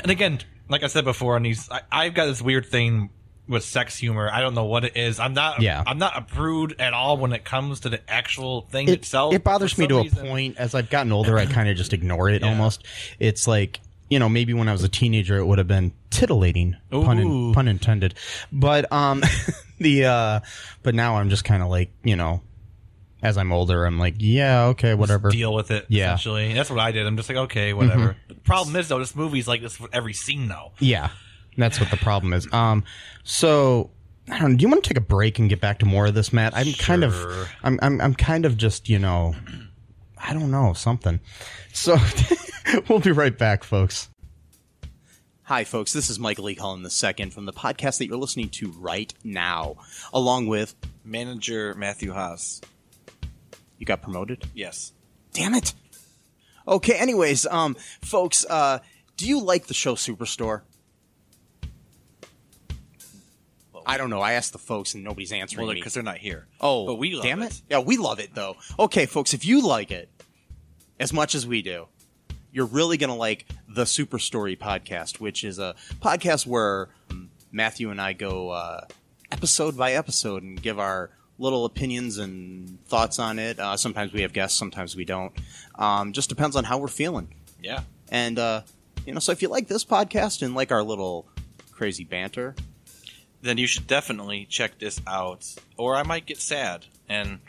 Speaker 3: And again, like I said before, on these, I, I've got this weird thing with sex humor. I don't know what it is. I'm not.
Speaker 2: Yeah.
Speaker 3: I'm not a prude at all when it comes to the actual thing
Speaker 2: It,
Speaker 3: itself.
Speaker 2: it bothers
Speaker 3: For
Speaker 2: me
Speaker 3: some
Speaker 2: to
Speaker 3: reason.
Speaker 2: a point. As I've gotten older, I kind of just ignore it almost. It's like, you know, maybe when I was a teenager, it would have been titillating, pun, in,
Speaker 3: Ooh.
Speaker 2: pun intended. But, um, the, uh, but now I'm just kind of like, you know, as I'm older, I'm like, yeah, okay, whatever.
Speaker 3: Deal with it.
Speaker 2: Yeah. Mm-hmm.
Speaker 3: Essentially, that's what I did. I'm just like, okay, whatever. The problem is though, this movie's like this for every scene though.
Speaker 2: Yeah, that's what the problem is. Um, so I don't know. Do you want to take a break and get back to more of this, Matt? I'm kind
Speaker 3: Sure.
Speaker 2: of, I'm, I'm, I'm kind of just, you know, I don't know something. So we'll be right back, folks.
Speaker 4: Hi, folks. This is Michael E. Cullen II from the podcast that you're listening to right now, along with
Speaker 5: Manager Matthew Haas.
Speaker 4: you got promoted.
Speaker 5: Yes.
Speaker 4: Damn it. Okay. Anyways, um, folks, uh, do you like the show Superstore? I don't know. I asked the folks and nobody's answering
Speaker 5: Well,
Speaker 4: me.
Speaker 5: because they're not here.
Speaker 4: Oh,
Speaker 5: but we love
Speaker 4: damn it.
Speaker 5: it.
Speaker 4: Yeah, we love it though. Okay, folks, if you like it as much as we do, you're really gonna like the Super Story podcast, which is a podcast where um, Matthew and I go uh, episode by episode and give our little opinions and thoughts on it. Uh, sometimes we have guests, sometimes we don't. Um, just depends on how we're feeling.
Speaker 5: Yeah.
Speaker 4: And uh, you know, so if you like this podcast and like our little crazy banter,
Speaker 5: Then you should definitely check this out, or I might get sad. And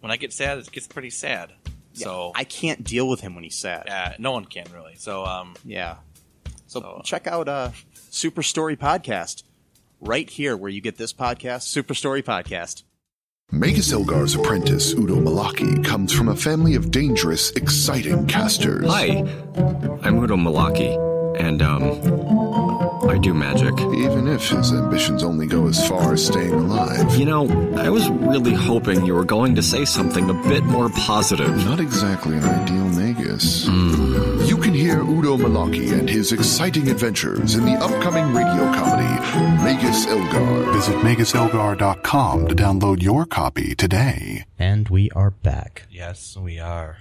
Speaker 5: when I get sad, it gets pretty sad. so
Speaker 4: I can't deal with him when he's sad.
Speaker 5: uh, no one can really. So um,
Speaker 4: Yeah. So
Speaker 5: So-
Speaker 4: check out uh, Super Story Podcast right here where you get this podcast, Super Story Podcast.
Speaker 6: Magus Elgar's apprentice, Udo Malaki, comes from a family of dangerous, exciting casters.
Speaker 7: Hi, I'm Udo Malaki, and um, I do magic.
Speaker 6: Even if his ambitions only go as far as staying alive.
Speaker 7: You know, I was really hoping you were going to say something a bit more positive.
Speaker 6: Not exactly an ideal Magus. You can hear Udo Malaki and his exciting adventures in the upcoming radio comedy, Magus Elgar.
Speaker 8: Visit MagusElgar.com to download your copy today.
Speaker 2: And we are back.
Speaker 3: Yes, we are.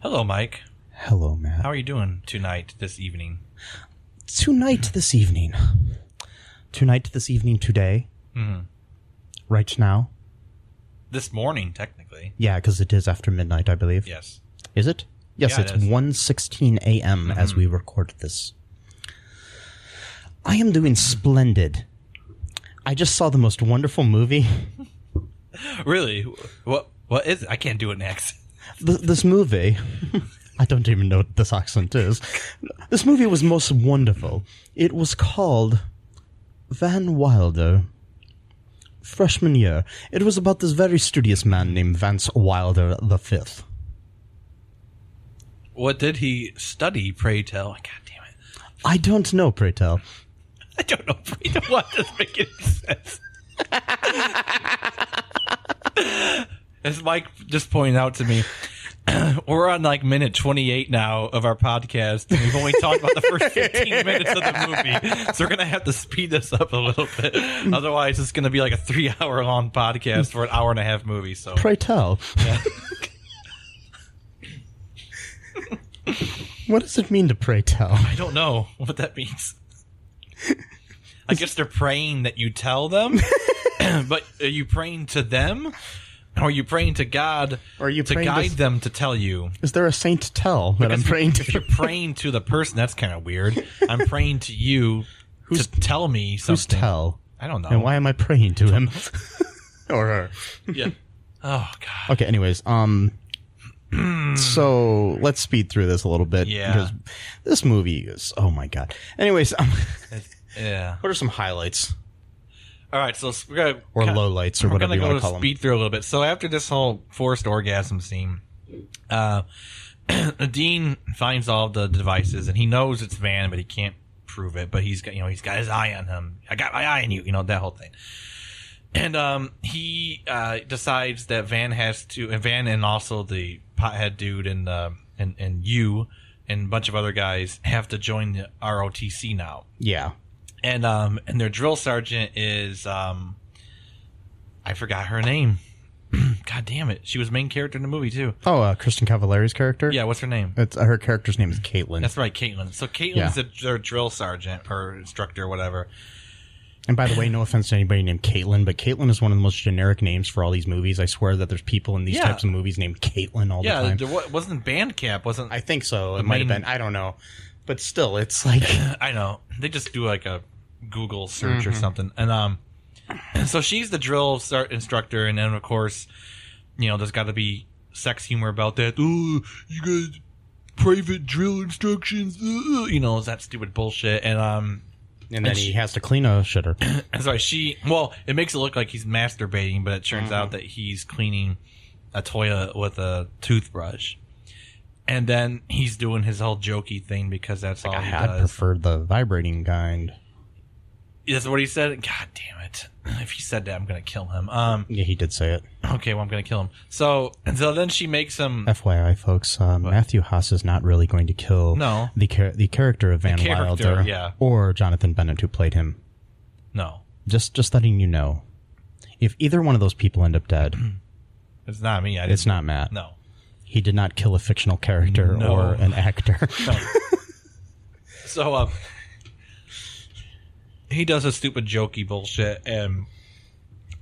Speaker 3: Hello, Mike.
Speaker 2: Hello, Matt.
Speaker 3: How are you doing tonight, this evening?
Speaker 2: tonight this evening tonight this evening today
Speaker 3: Mm-hmm.
Speaker 2: right now
Speaker 3: This morning, technically.
Speaker 2: yeah because it is after midnight i believe
Speaker 3: Yes.
Speaker 2: is it yes
Speaker 3: Yeah, it
Speaker 2: it's
Speaker 3: is. Mm-hmm.
Speaker 2: 1.16 a.m as we record this i am doing splendid i just saw the most wonderful movie
Speaker 3: Really? What? What is it? I can't do an accent.
Speaker 2: Th- this movie i don't even know what this accent is this movie was most wonderful it was called van wilder freshman year it was about this very studious man named vance wilder the fifth
Speaker 3: What did he study, pray tell? God damn it.
Speaker 2: i don't know pray tell
Speaker 3: I don't know if either one does make any sense. As Mike just pointed out to me, we're on like minute 28 now of our podcast, and we've only talked about the first 15 minutes of the movie. So we're going to have to speed this up a little bit. Otherwise, it's going to be like a three hour long podcast for an hour and a half movie. So
Speaker 2: pray tell what does it mean to pray tell
Speaker 3: I don't know what that means. I guess they're praying that you tell them, but are you praying to them, or are you praying to God?
Speaker 2: Or are you
Speaker 3: to
Speaker 2: praying to
Speaker 3: guide
Speaker 2: s-
Speaker 3: them to tell you?
Speaker 2: is there a saint tell that i'm praying
Speaker 3: If
Speaker 2: to
Speaker 3: you're praying to the person, that's kind of weird. I'm praying to you
Speaker 2: Who's-
Speaker 3: to tell me
Speaker 2: who's
Speaker 3: something.
Speaker 2: tell
Speaker 3: I don't know.
Speaker 2: and why am i praying to him or her
Speaker 3: Yeah. Oh God.
Speaker 2: Okay. Anyways, um, so let's speed through this a little bit.
Speaker 3: Yeah.
Speaker 2: because This movie is oh my god. Anyways, um,
Speaker 3: Yeah.
Speaker 2: what are some highlights
Speaker 3: All right. So we're gonna
Speaker 2: or
Speaker 3: kinda-
Speaker 2: lowlights or
Speaker 3: we're
Speaker 2: whatever
Speaker 3: gonna
Speaker 2: you
Speaker 3: go
Speaker 2: want
Speaker 3: to
Speaker 2: to call
Speaker 3: speed through a little bit. So after this whole forced orgasm scene, uh, Dean finds all the devices and he knows it's Van, but he can't prove it. But he's got you know he's got his eye on him. I got my eye on you. You know that whole thing. And um, he uh, decides that Van has to, and Van and also the pothead dude and uh, and and you and a bunch of other guys have to join the ROTC now
Speaker 2: them? Yeah.
Speaker 3: and um and their drill sergeant is um I forgot her name. God damn it. She was main character in the movie too.
Speaker 2: Oh, uh, Kristen Cavallari's character.
Speaker 3: Yeah, what's her name?
Speaker 2: It's, uh, her character's name is Caitlin.
Speaker 3: That's right, Caitlin. So Caitlin's the their drill sergeant or instructor or whatever.
Speaker 2: and by the way, no offense to anybody named Caitlin, but Caitlin is one of the most generic names for all these movies. I swear that there's people in these
Speaker 3: Yeah.
Speaker 2: types of movies named Caitlin all the
Speaker 3: Yeah,
Speaker 2: time.
Speaker 3: there wa- wasn't Bandcamp, wasn't
Speaker 2: I think so. It
Speaker 3: The
Speaker 2: might have
Speaker 3: main-
Speaker 2: been. I don't know. But still, it's like
Speaker 3: I know. They just do like a Google search or something. And um and so she's the drill ser- instructor and then of course, you know, there's got to be sex humor about that. Oh, you got private drill instructions. uh, uh," you know, it's that stupid bullshit and um
Speaker 2: And then he has to clean a shitter.
Speaker 3: That's why she. Well, it makes it look like he's masturbating, but it turns out that he's cleaning a toilet with a toothbrush. And then he's doing his whole jokey thing because that's all
Speaker 2: I
Speaker 3: he
Speaker 2: had
Speaker 3: does.
Speaker 2: preferred the vibrating kind.
Speaker 3: that's what he said. God damn it! If he said that, I'm gonna kill him. Um.
Speaker 2: Yeah, he did say it.
Speaker 3: Okay. Well, I'm gonna kill him. So, so then she makes him.
Speaker 2: FYI, folks, uh, Matthew Haas is not really going to kill
Speaker 3: No.
Speaker 2: the char- the character of Van
Speaker 3: character,
Speaker 2: Wilder
Speaker 3: yeah.
Speaker 2: or Jonathan Bennett who played him.
Speaker 3: No,
Speaker 2: Just just letting you know, if either one of those people end up dead,
Speaker 3: it's not me. I didn't,
Speaker 2: it's not Matt.
Speaker 3: No.
Speaker 2: He did not kill a fictional character
Speaker 3: No.
Speaker 2: or an actor.
Speaker 3: So um, he does a stupid jokey bullshit, and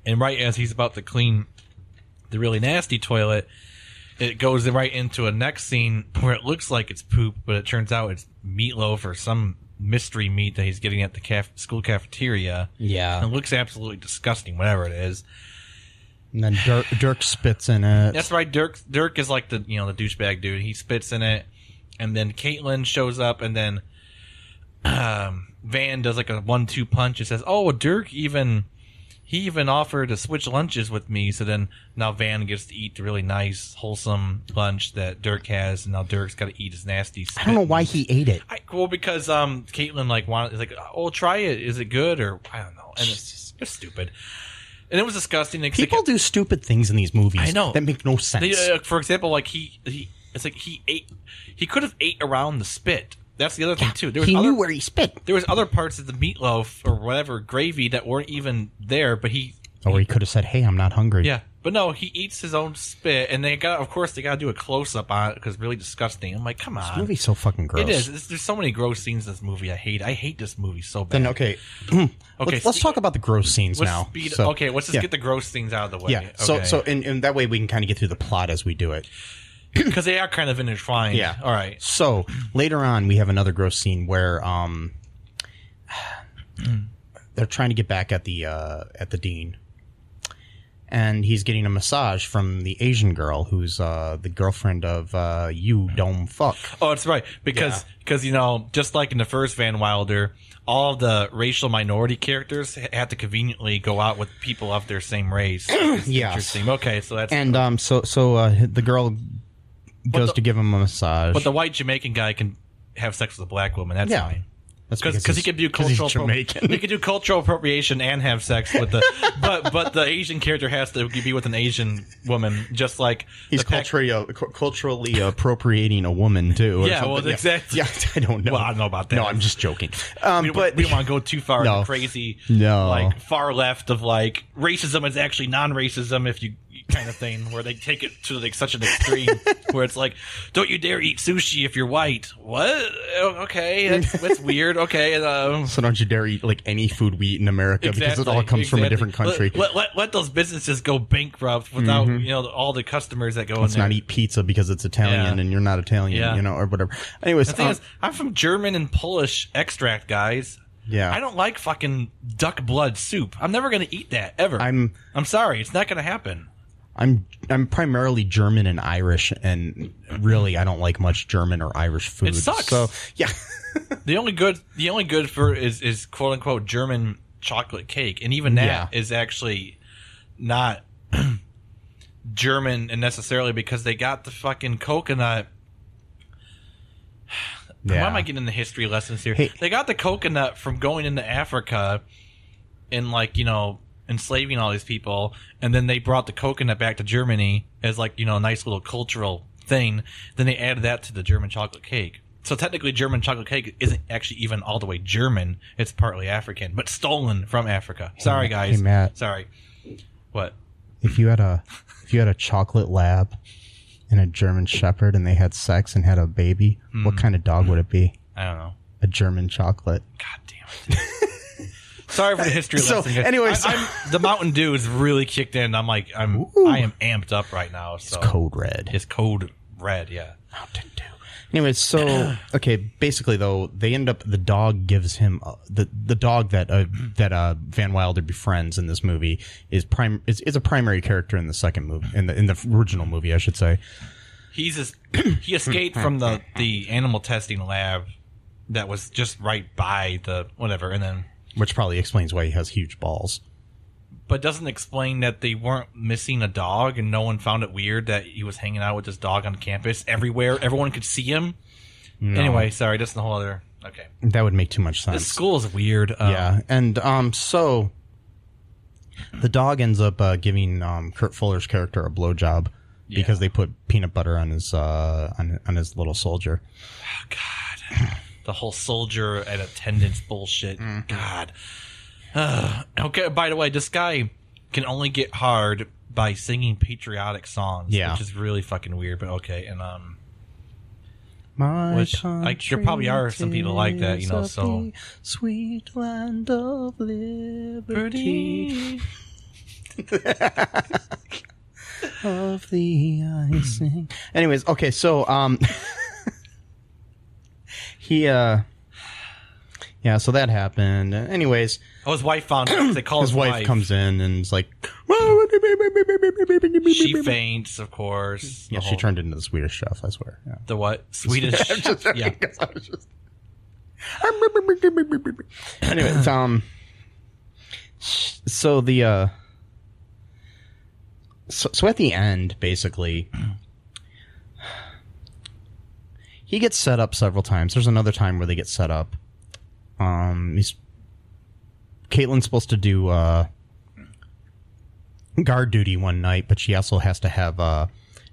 Speaker 3: and right as he's about to clean the really nasty toilet, it goes right into a next scene where it looks like it's poop, but it turns out it's meatloaf or some mystery meat that he's getting at the caf- school cafeteria.
Speaker 2: yeah.
Speaker 3: And it looks absolutely disgusting, whatever it is.
Speaker 2: And then Dirk, Dirk spits in it.
Speaker 3: That's right. Dirk Dirk is like the you know the douchebag dude. He spits in it, and then Caitlin shows up, and then um, Van does like a one-two punch and says, "Oh, Dirk even he even offered to switch lunches with me." So then now Van gets to eat the really nice wholesome lunch that Dirk has, and now Dirk's got to eat his nasty.
Speaker 2: I don't know why he ate it.
Speaker 3: I, well, because um, Caitlin like wanted like, "Oh, try it. Is it good?" Or I don't know. And it's, it's stupid. And it was disgusting. It's like-
Speaker 2: People do stupid things in these movies.
Speaker 3: I know.
Speaker 2: that make no sense.
Speaker 3: they, uh, for example, like he, he, it's like he ate. He could have ate around the spit. That's the other thing too. There was
Speaker 2: he
Speaker 3: other,
Speaker 2: knew where he spit,
Speaker 3: there was other parts of the meatloaf or whatever gravy that weren't even there, but he,
Speaker 2: or he could have said, "Hey, I'm not hungry."
Speaker 3: yeah, but no, he eats his own spit, and they got, of course, they got to do a close up on it because really disgusting. I'm like, come
Speaker 2: this
Speaker 3: on,
Speaker 2: movie's so fucking gross.
Speaker 3: it is. It's, there's so many gross scenes in this movie. I hate. I hate this movie so bad.
Speaker 2: Then okay,
Speaker 3: okay,
Speaker 2: let's, let's
Speaker 3: speak-
Speaker 2: talk about the gross scenes
Speaker 3: let's
Speaker 2: now.
Speaker 3: speed-
Speaker 2: So-
Speaker 3: okay, let's just
Speaker 2: yeah.
Speaker 3: get the gross things out of the way.
Speaker 2: Yeah. So
Speaker 3: Okay.
Speaker 2: so and, and that way we can kind of get through the plot as we do it.
Speaker 3: because they are kind of intertwined.
Speaker 2: Yeah.
Speaker 3: All right.
Speaker 2: So later on we have another gross scene where um they're trying to get back at the uh at the dean. And he's getting a massage from the Asian girl who's uh the girlfriend of uh you dome fuck.
Speaker 3: Oh, that's right. Because because you know, just like in the first Van Wilder, all the racial minority characters ha- had to conveniently go out with people of their same race. It's
Speaker 2: Yes.
Speaker 3: Interesting. Okay, so that's.
Speaker 2: And um so so uh the girl goes
Speaker 3: the-
Speaker 2: to give him a massage.
Speaker 3: but the white Jamaican guy can have sex with a black woman. That's
Speaker 2: Yeah.
Speaker 3: fine.
Speaker 2: That's
Speaker 3: Because he
Speaker 2: he's-
Speaker 3: can do
Speaker 2: 'cause he's
Speaker 3: cultural appro-
Speaker 2: Jamaican.
Speaker 3: he can do cultural appropriation and have sex with the but but the Asian character has to be with an Asian woman just like
Speaker 2: He's
Speaker 3: the Pac-
Speaker 2: culturally uh, cu- culturally appropriating a woman too. or
Speaker 3: Yeah, well,
Speaker 2: something.
Speaker 3: exactly.
Speaker 2: Yeah, I don't know.
Speaker 3: Well, I don't know about that.
Speaker 2: No, I'm just joking. Um,
Speaker 3: we,
Speaker 2: but
Speaker 3: we don't want to go too far
Speaker 2: No.
Speaker 3: into crazy,
Speaker 2: No.
Speaker 3: like far left of like racism is actually non-racism if you kind of thing where they take it to like such an extreme where it's like don't you dare eat sushi if you're white what Oh, okay that's, that's weird okay and, um,
Speaker 2: so don't you dare eat like any food we eat in America because it all
Speaker 3: exactly,
Speaker 2: comes from a
Speaker 3: exactly.
Speaker 2: different country. Mm-hmm.
Speaker 3: let, let, let- let those businesses go bankrupt without you know all the customers that go
Speaker 2: Let's
Speaker 3: in there
Speaker 2: not eat pizza because it's Italian
Speaker 3: Yeah.
Speaker 2: and you're not Italian,
Speaker 3: Yeah.
Speaker 2: you know, or whatever. Anyways,
Speaker 3: the thing
Speaker 2: um,
Speaker 3: is i'm from german and polish extract guys
Speaker 2: Yeah.
Speaker 3: I don't like fucking duck blood soup. I'm never gonna eat that ever.
Speaker 2: I'm-
Speaker 3: I'm sorry, it's not gonna happen.
Speaker 2: I'm I'm primarily German and Irish, and really I don't like much German or Irish food.
Speaker 3: sucks.
Speaker 2: So yeah,
Speaker 3: The only good, the only good for is is quote unquote German chocolate cake, and even that is
Speaker 2: Yeah.
Speaker 3: actually not German necessarily because they got the fucking coconut.
Speaker 2: yeah.
Speaker 3: Why am I getting the history lessons here?
Speaker 2: Hey.
Speaker 3: They got the coconut from going into Africa and like you know enslaving all these people, and then they brought the coconut back to Germany as like you know a nice little cultural thing. Then they added that to the German chocolate cake. So technically, German chocolate cake isn't actually even all the way German. It's partly African, but stolen from Africa. Sorry,
Speaker 2: Ma-
Speaker 3: guys.
Speaker 2: hey, Matt.
Speaker 3: Sorry. What?
Speaker 2: if you had a if you had a chocolate lab and a German Shepherd and they had sex and had a baby, what kind of dog would it be?
Speaker 3: I don't know.
Speaker 2: A German chocolate.
Speaker 3: God damn it. Sorry for the history
Speaker 2: So,
Speaker 3: lesson. guys.
Speaker 2: anyway,
Speaker 3: I-
Speaker 2: so-
Speaker 3: I'm- the Mountain Dew is really kicked in. I'm like, I'm, I am amped up right now. So
Speaker 2: It's code red.
Speaker 3: It's code red. Yeah.
Speaker 2: Anyway, so okay, basically though, they end up the dog gives him uh, the the dog that uh, that uh, Van Wilder befriends in this movie is prime is, is a primary character in the second movie in the in the original movie I should say.
Speaker 3: He's just, he escaped from the the animal testing lab that was just right by the whatever, and then
Speaker 2: which probably explains why he has huge balls.
Speaker 3: but doesn't explain that they weren't missing a dog and no one found it weird that he was hanging out with this dog on campus everywhere. Everyone could see him. Anyway, sorry, that's the whole other. Okay,
Speaker 2: That would make too much sense.
Speaker 3: this school is weird. Um,
Speaker 2: Yeah, and um, so the dog ends up uh, giving um, Kurt Fuller's character a blowjob because they put peanut butter on his uh, on, on his little soldier.
Speaker 3: the whole soldier and attendance bullshit.
Speaker 2: Mm-hmm.
Speaker 3: God. Ugh. okay. By the way, this guy can only get hard by singing patriotic songs.
Speaker 2: Yeah.
Speaker 3: which is really fucking weird. But okay, and um,
Speaker 2: My
Speaker 3: Which, like, there probably
Speaker 2: country
Speaker 3: are some people like that, you know,
Speaker 2: is a
Speaker 3: so-
Speaker 2: big sweet land of liberty of the icing. Anyways, okay, so um, he uh, yeah, so that happened. Anyways,
Speaker 3: oh, his wife found him. They call
Speaker 2: his wife, comes in and is like, she
Speaker 3: She faints, of course.
Speaker 2: Yeah,
Speaker 3: The
Speaker 2: she
Speaker 3: whole-
Speaker 2: turned into the Swedish chef. I swear. Yeah.
Speaker 3: the what Swedish. yeah,
Speaker 2: anyway, it's, um, so the uh, so, so at the end, basically, he gets set up several times. There's another time where they get set up. Um, he's Caitlin's supposed to do uh guard duty one night, but she also has to have uh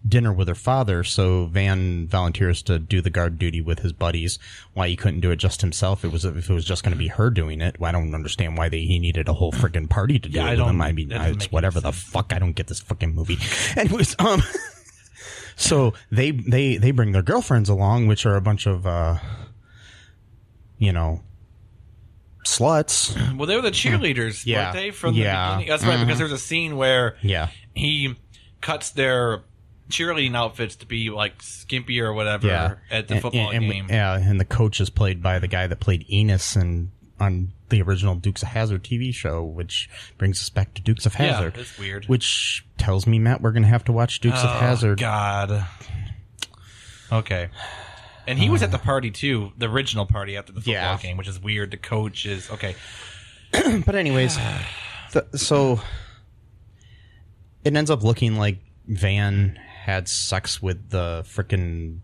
Speaker 2: dinner with her father, so Van volunteers to do the guard duty with his buddies. Why he couldn't do it just himself? It was if it was just going to be her doing it. I don't understand why they, he needed a whole freaking party to do
Speaker 3: Yeah,
Speaker 2: it
Speaker 3: I
Speaker 2: with
Speaker 3: don't-
Speaker 2: him. I mean,
Speaker 3: that doesn't
Speaker 2: it's
Speaker 3: make any
Speaker 2: whatever the fuck. I don't get this fucking movie. Anyways, um, so they they they bring their girlfriends along, which are a bunch of uh, you know, sluts.
Speaker 3: well, they were the cheerleaders,
Speaker 2: Yeah.
Speaker 3: weren't they? From the
Speaker 2: Yeah. Mm-hmm.
Speaker 3: beginning, that's right. Because there's a scene where
Speaker 2: Yeah.
Speaker 3: he cuts their cheerleading outfits to be like skimpy or whatever at the
Speaker 2: And-
Speaker 3: football
Speaker 2: and, and-
Speaker 3: game.
Speaker 2: Yeah, and the coach is played by the guy that played Enos and on the original Dukes of Hazard TV show, which brings us back to Dukes of
Speaker 3: Yeah,
Speaker 2: Hazard.
Speaker 3: that's weird.
Speaker 2: Which tells me, Matt, we're gonna have to watch Dukes of
Speaker 3: Oh,
Speaker 2: Hazard.
Speaker 3: God. Okay. And he was at the party too, the original party after the football
Speaker 2: Yeah.
Speaker 3: game, which is weird. The coach is okay.
Speaker 2: But anyways, th- so it ends up looking like Van had sex with the frickin'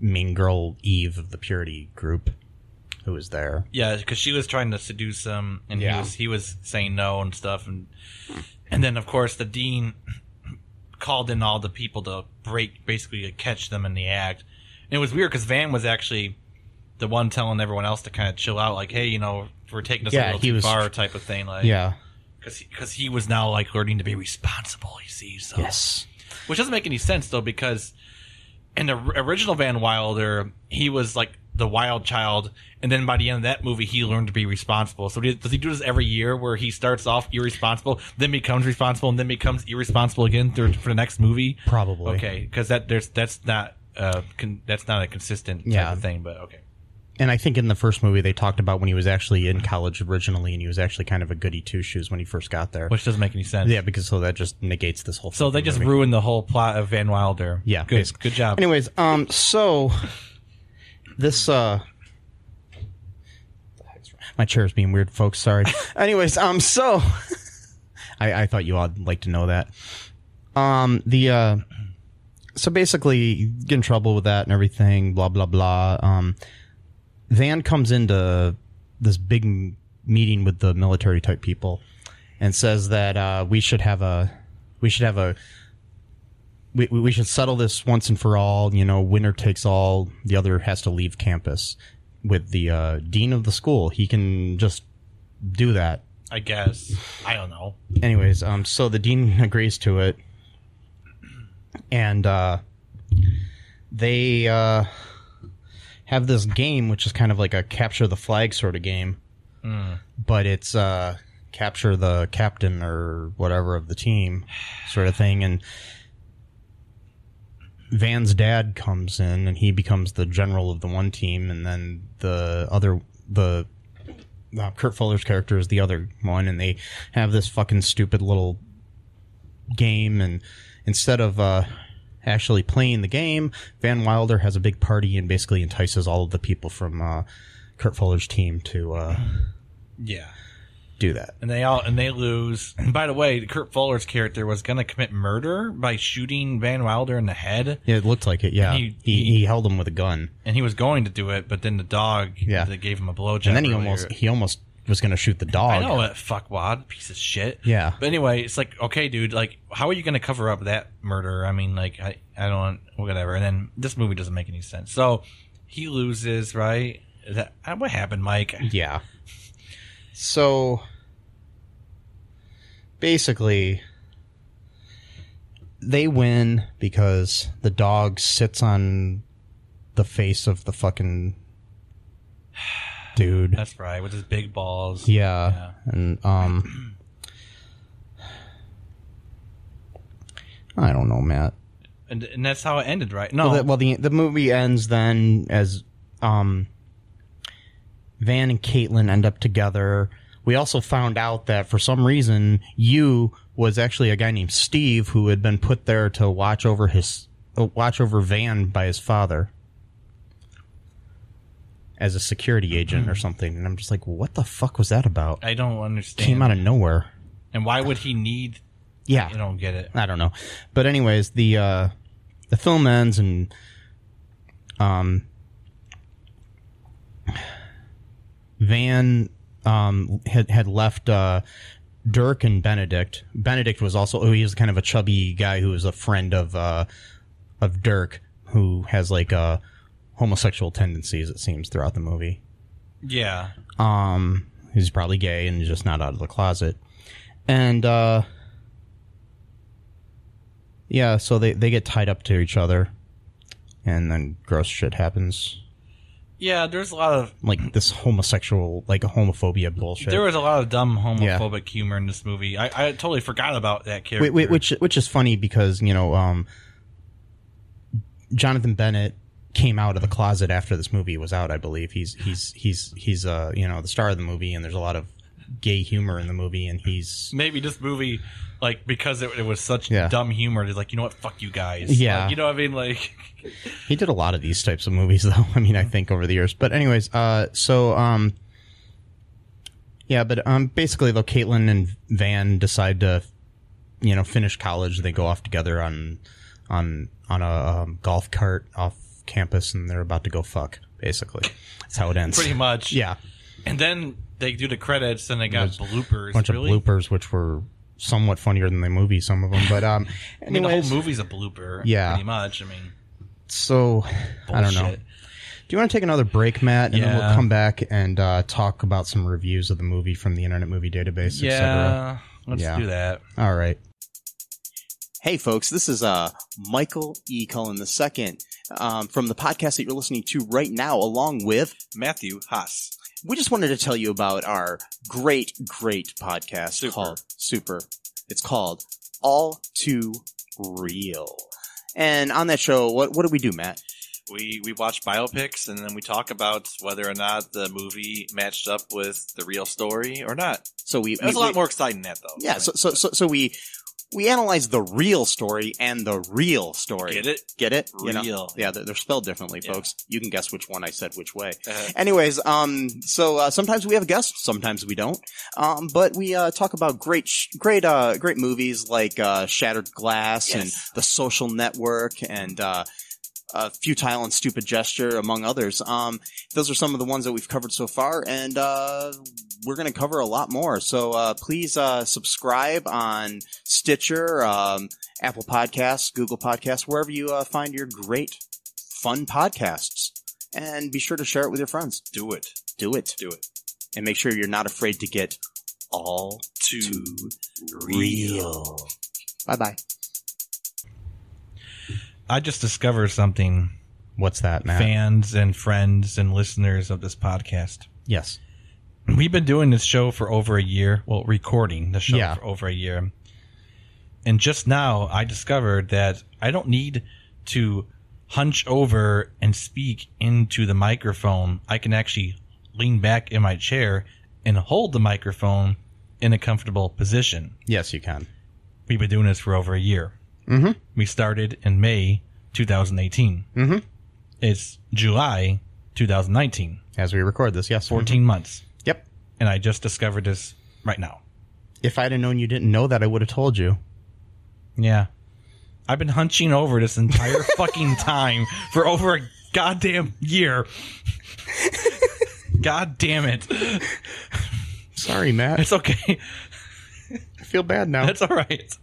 Speaker 2: mean girl Eve of the Purity group, who was there.
Speaker 3: Yeah, because she was trying to seduce him, and
Speaker 2: Yeah.
Speaker 3: he was he was saying no and stuff, and and then of course the dean called in all the people to break, basically to catch them in the act. And it was weird because Van was actually the one telling everyone else to kind of chill out, like, hey, you know, we're taking this
Speaker 2: Yeah,
Speaker 3: a little
Speaker 2: he
Speaker 3: too
Speaker 2: was-
Speaker 3: far, type of thing, like,
Speaker 2: Yeah.
Speaker 3: because because he was now like learning to be responsible. You see, so
Speaker 2: Yes.
Speaker 3: which doesn't make any sense though, because in the r- original Van Wilder, he was like the wild child, and then by the end of that movie, he learned to be responsible. So did- does he do this every year, where he starts off irresponsible, then becomes responsible, and then becomes irresponsible again through, for the next movie?
Speaker 2: Probably.
Speaker 3: Okay, because that there's that's not uh con- that's not a consistent type
Speaker 2: Yeah.
Speaker 3: of thing. But okay,
Speaker 2: and I think in the first movie they talked about when he was actually in college originally, and he was actually kind of a goody two shoes when he first got there.
Speaker 3: which doesn't make any sense.
Speaker 2: yeah, because so that just negates this whole.
Speaker 3: So they
Speaker 2: fucking
Speaker 3: just
Speaker 2: movie.
Speaker 3: ruined the whole plot of Van Wilder.
Speaker 2: Yeah,
Speaker 3: Good.
Speaker 2: basically.
Speaker 3: Good job.
Speaker 2: Anyways, um, so this uh, my chair's being weird, folks. Sorry. Anyways, um, so I, I thought you all would like to know that. Um, the uh, so basically you get in trouble with that and everything. Blah blah blah. Um, Van comes into this big m- meeting with the military type people and says that uh, we should have a we should have a we, we we should settle this once and for all. You know, winner takes all. The other has to leave campus. With the uh, dean of the school, he can just do that.
Speaker 3: I guess I don't know.
Speaker 2: Anyways, um, so the dean agrees to it, and uh, they uh, have this game, which is kind of like a capture the flag sort of game, but it's uh, capture the captain or whatever of the team, sort of thing, and. Van's dad comes in and he becomes the general of the one team, and then the other the uh, Kurt Fuller's character is the other one, and they have this fucking stupid little game. And instead of uh, actually playing the game, Van Wilder has a big party and basically entices all of the people from uh, Kurt Fuller's team to uh,
Speaker 3: Yeah.
Speaker 2: do that.
Speaker 3: and they all and they lose. And by the way, Kurt Fuller's character was going to commit murder by shooting Van Wilder in the head,
Speaker 2: Yeah, it looked like it. Yeah,
Speaker 3: He-
Speaker 2: he,
Speaker 3: he-
Speaker 2: he, held him with a gun,
Speaker 3: and he was going to do it, but then the dog
Speaker 2: Yeah.
Speaker 3: that gave him a blowjob.
Speaker 2: and then he
Speaker 3: earlier-
Speaker 2: almost he almost was going to shoot the dog.
Speaker 3: I know it, fuckwad, piece of shit.
Speaker 2: Yeah.
Speaker 3: But anyway, it's like, okay, dude, like, how are you going to cover up that murder? I mean, like, I, I don't, whatever. And then this movie doesn't make any sense. So he loses, right? Is That uh, what happened, Mike?
Speaker 2: Yeah. So basically they win because the dog sits on the face of the fucking dude.
Speaker 3: That's right, with his big balls.
Speaker 2: Yeah.
Speaker 3: Yeah.
Speaker 2: And um I don't know, Matt.
Speaker 3: and and that's how it ended, right? No,
Speaker 2: Well, the, well, the the movie ends then as um, Van and Caitlin end up together. We also found out that for some reason, you was actually a guy named Steve who had been put there to watch over his uh, watch over Van by his father as a security agent or something. And I'm just like, what the fuck was that about?
Speaker 3: I don't understand.
Speaker 2: Came out of nowhere.
Speaker 3: and why would he need?
Speaker 2: Yeah,
Speaker 3: I don't get it.
Speaker 2: I don't know. But anyways, the uh, the film ends and um, Van um, had had left uh, Dirk and Benedict. Benedict was also oh, he was kind of a chubby guy who was a friend of uh, of Dirk who has like uh, homosexual tendencies. It seems throughout the movie.
Speaker 3: Yeah,
Speaker 2: Um, he's probably gay and just not out of the closet. And uh, yeah, so they they get tied up to each other, and then gross shit happens,
Speaker 3: yeah. There's a lot of
Speaker 2: like this homosexual, like homophobia bullshit.
Speaker 3: there was a lot of dumb
Speaker 2: Yeah.
Speaker 3: homophobic humor in this movie. I, I totally forgot about that character.
Speaker 2: Wh- wh- which which is funny because you know, um, Jonathan Bennett came out of the closet after this movie was out. I believe he's he's he's he's uh you know the star of the movie, and there's a lot of gay humor in the movie, and he's
Speaker 3: Maybe this movie, like, because it, it was such
Speaker 2: Yeah.
Speaker 3: dumb humor, they're like, you know what, fuck you guys.
Speaker 2: Yeah.
Speaker 3: Like, you know what I mean? Like,
Speaker 2: He did a lot of these types of movies, though. I mean, I
Speaker 3: Mm-hmm.
Speaker 2: think over the years. But anyways, uh, so um, yeah, but um, basically, though, Caitlin and Van decide to, you know, finish college. They go off together on, on on a um, golf cart off campus, and they're about to go fuck. Basically, that's how it ends.
Speaker 3: pretty much.
Speaker 2: Yeah,
Speaker 3: And then they do the credits and they got bloopers.
Speaker 2: a bunch
Speaker 3: really?
Speaker 2: of bloopers, which were somewhat funnier than the movie. Some of them, but um,
Speaker 3: I mean, the
Speaker 2: anyways,
Speaker 3: whole movie's a blooper.
Speaker 2: Yeah.
Speaker 3: Pretty much. I mean,
Speaker 2: so I don't know.
Speaker 3: bullshit.
Speaker 2: Do you want to take another break, Matt, and then
Speaker 3: Yeah.
Speaker 2: we'll come back and uh, talk about some reviews of the movie from the Internet Movie Database, etc.
Speaker 3: Yeah. Let's
Speaker 2: Yeah.
Speaker 3: do that.
Speaker 2: All right.
Speaker 4: Hey, folks, this is uh, Michael E. Cullen II um, from the podcast that you're listening to right now, along with
Speaker 5: Matthew Haas.
Speaker 4: we just wanted to tell you about our great, great podcast
Speaker 5: Super.
Speaker 4: called Super. It's called All Too Real. And on that show, what what do we do, Matt?
Speaker 5: We we watch biopics and then we talk about whether or not the movie matched up with the real story or not.
Speaker 4: So we
Speaker 5: It was
Speaker 4: we-
Speaker 5: a lot
Speaker 4: we-
Speaker 5: more exciting than that though.
Speaker 4: Yeah. So so so, so we. We analyze the real story and the real story.
Speaker 5: Get it?
Speaker 4: Get it? You know?
Speaker 5: real.
Speaker 4: Yeah, they're, they're spelled differently,
Speaker 5: Yeah.
Speaker 4: folks. You can guess which one I said which way.
Speaker 5: Uh,
Speaker 4: Anyways, um, so uh, sometimes we have guests, sometimes we don't. Um, but we uh, talk about great, sh- great, uh, great movies like uh, Shattered Glass and
Speaker 5: Yes.
Speaker 4: The Social Network and uh, uh, Futile and Stupid Gesture, among others. Um, those are some of the ones that we've covered so far, and uh, we're going to cover a lot more. So uh, please uh, subscribe on Stitcher, um, Apple Podcasts, Google Podcasts, wherever you uh, find your great, fun podcasts. And be sure to share it with your friends.
Speaker 5: do it.
Speaker 4: Do it.
Speaker 5: Do it.
Speaker 4: And make sure you're not afraid to get all
Speaker 5: Too,
Speaker 4: too
Speaker 5: real.
Speaker 4: real. Bye bye.
Speaker 3: I just discovered something,
Speaker 2: What's that, Matt?
Speaker 3: fans and friends and listeners of this podcast.
Speaker 2: Yes.
Speaker 3: We've been doing this show for over a year. Well, recording the show
Speaker 2: Yeah.
Speaker 3: for over a year. And just now I discovered that I don't need to hunch over and speak into the microphone. I can actually lean back in my chair and hold the microphone in a comfortable position.
Speaker 2: Yes, you can.
Speaker 3: We've been doing this for over a year.
Speaker 2: Mhm.
Speaker 3: We started in May 2018.
Speaker 2: Mhm.
Speaker 3: It's July 2019.
Speaker 2: as we record this. Yes, Mm-hmm.
Speaker 3: 14 months.
Speaker 2: Yep.
Speaker 3: And I just discovered this right now.
Speaker 2: If I'd have known you didn't know that, I would have told you.
Speaker 3: Yeah. I've been hunching over this entire fucking time for over a goddamn year. God damn it.
Speaker 2: Sorry, Matt.
Speaker 3: It's okay.
Speaker 2: I feel bad now.
Speaker 3: That's all right.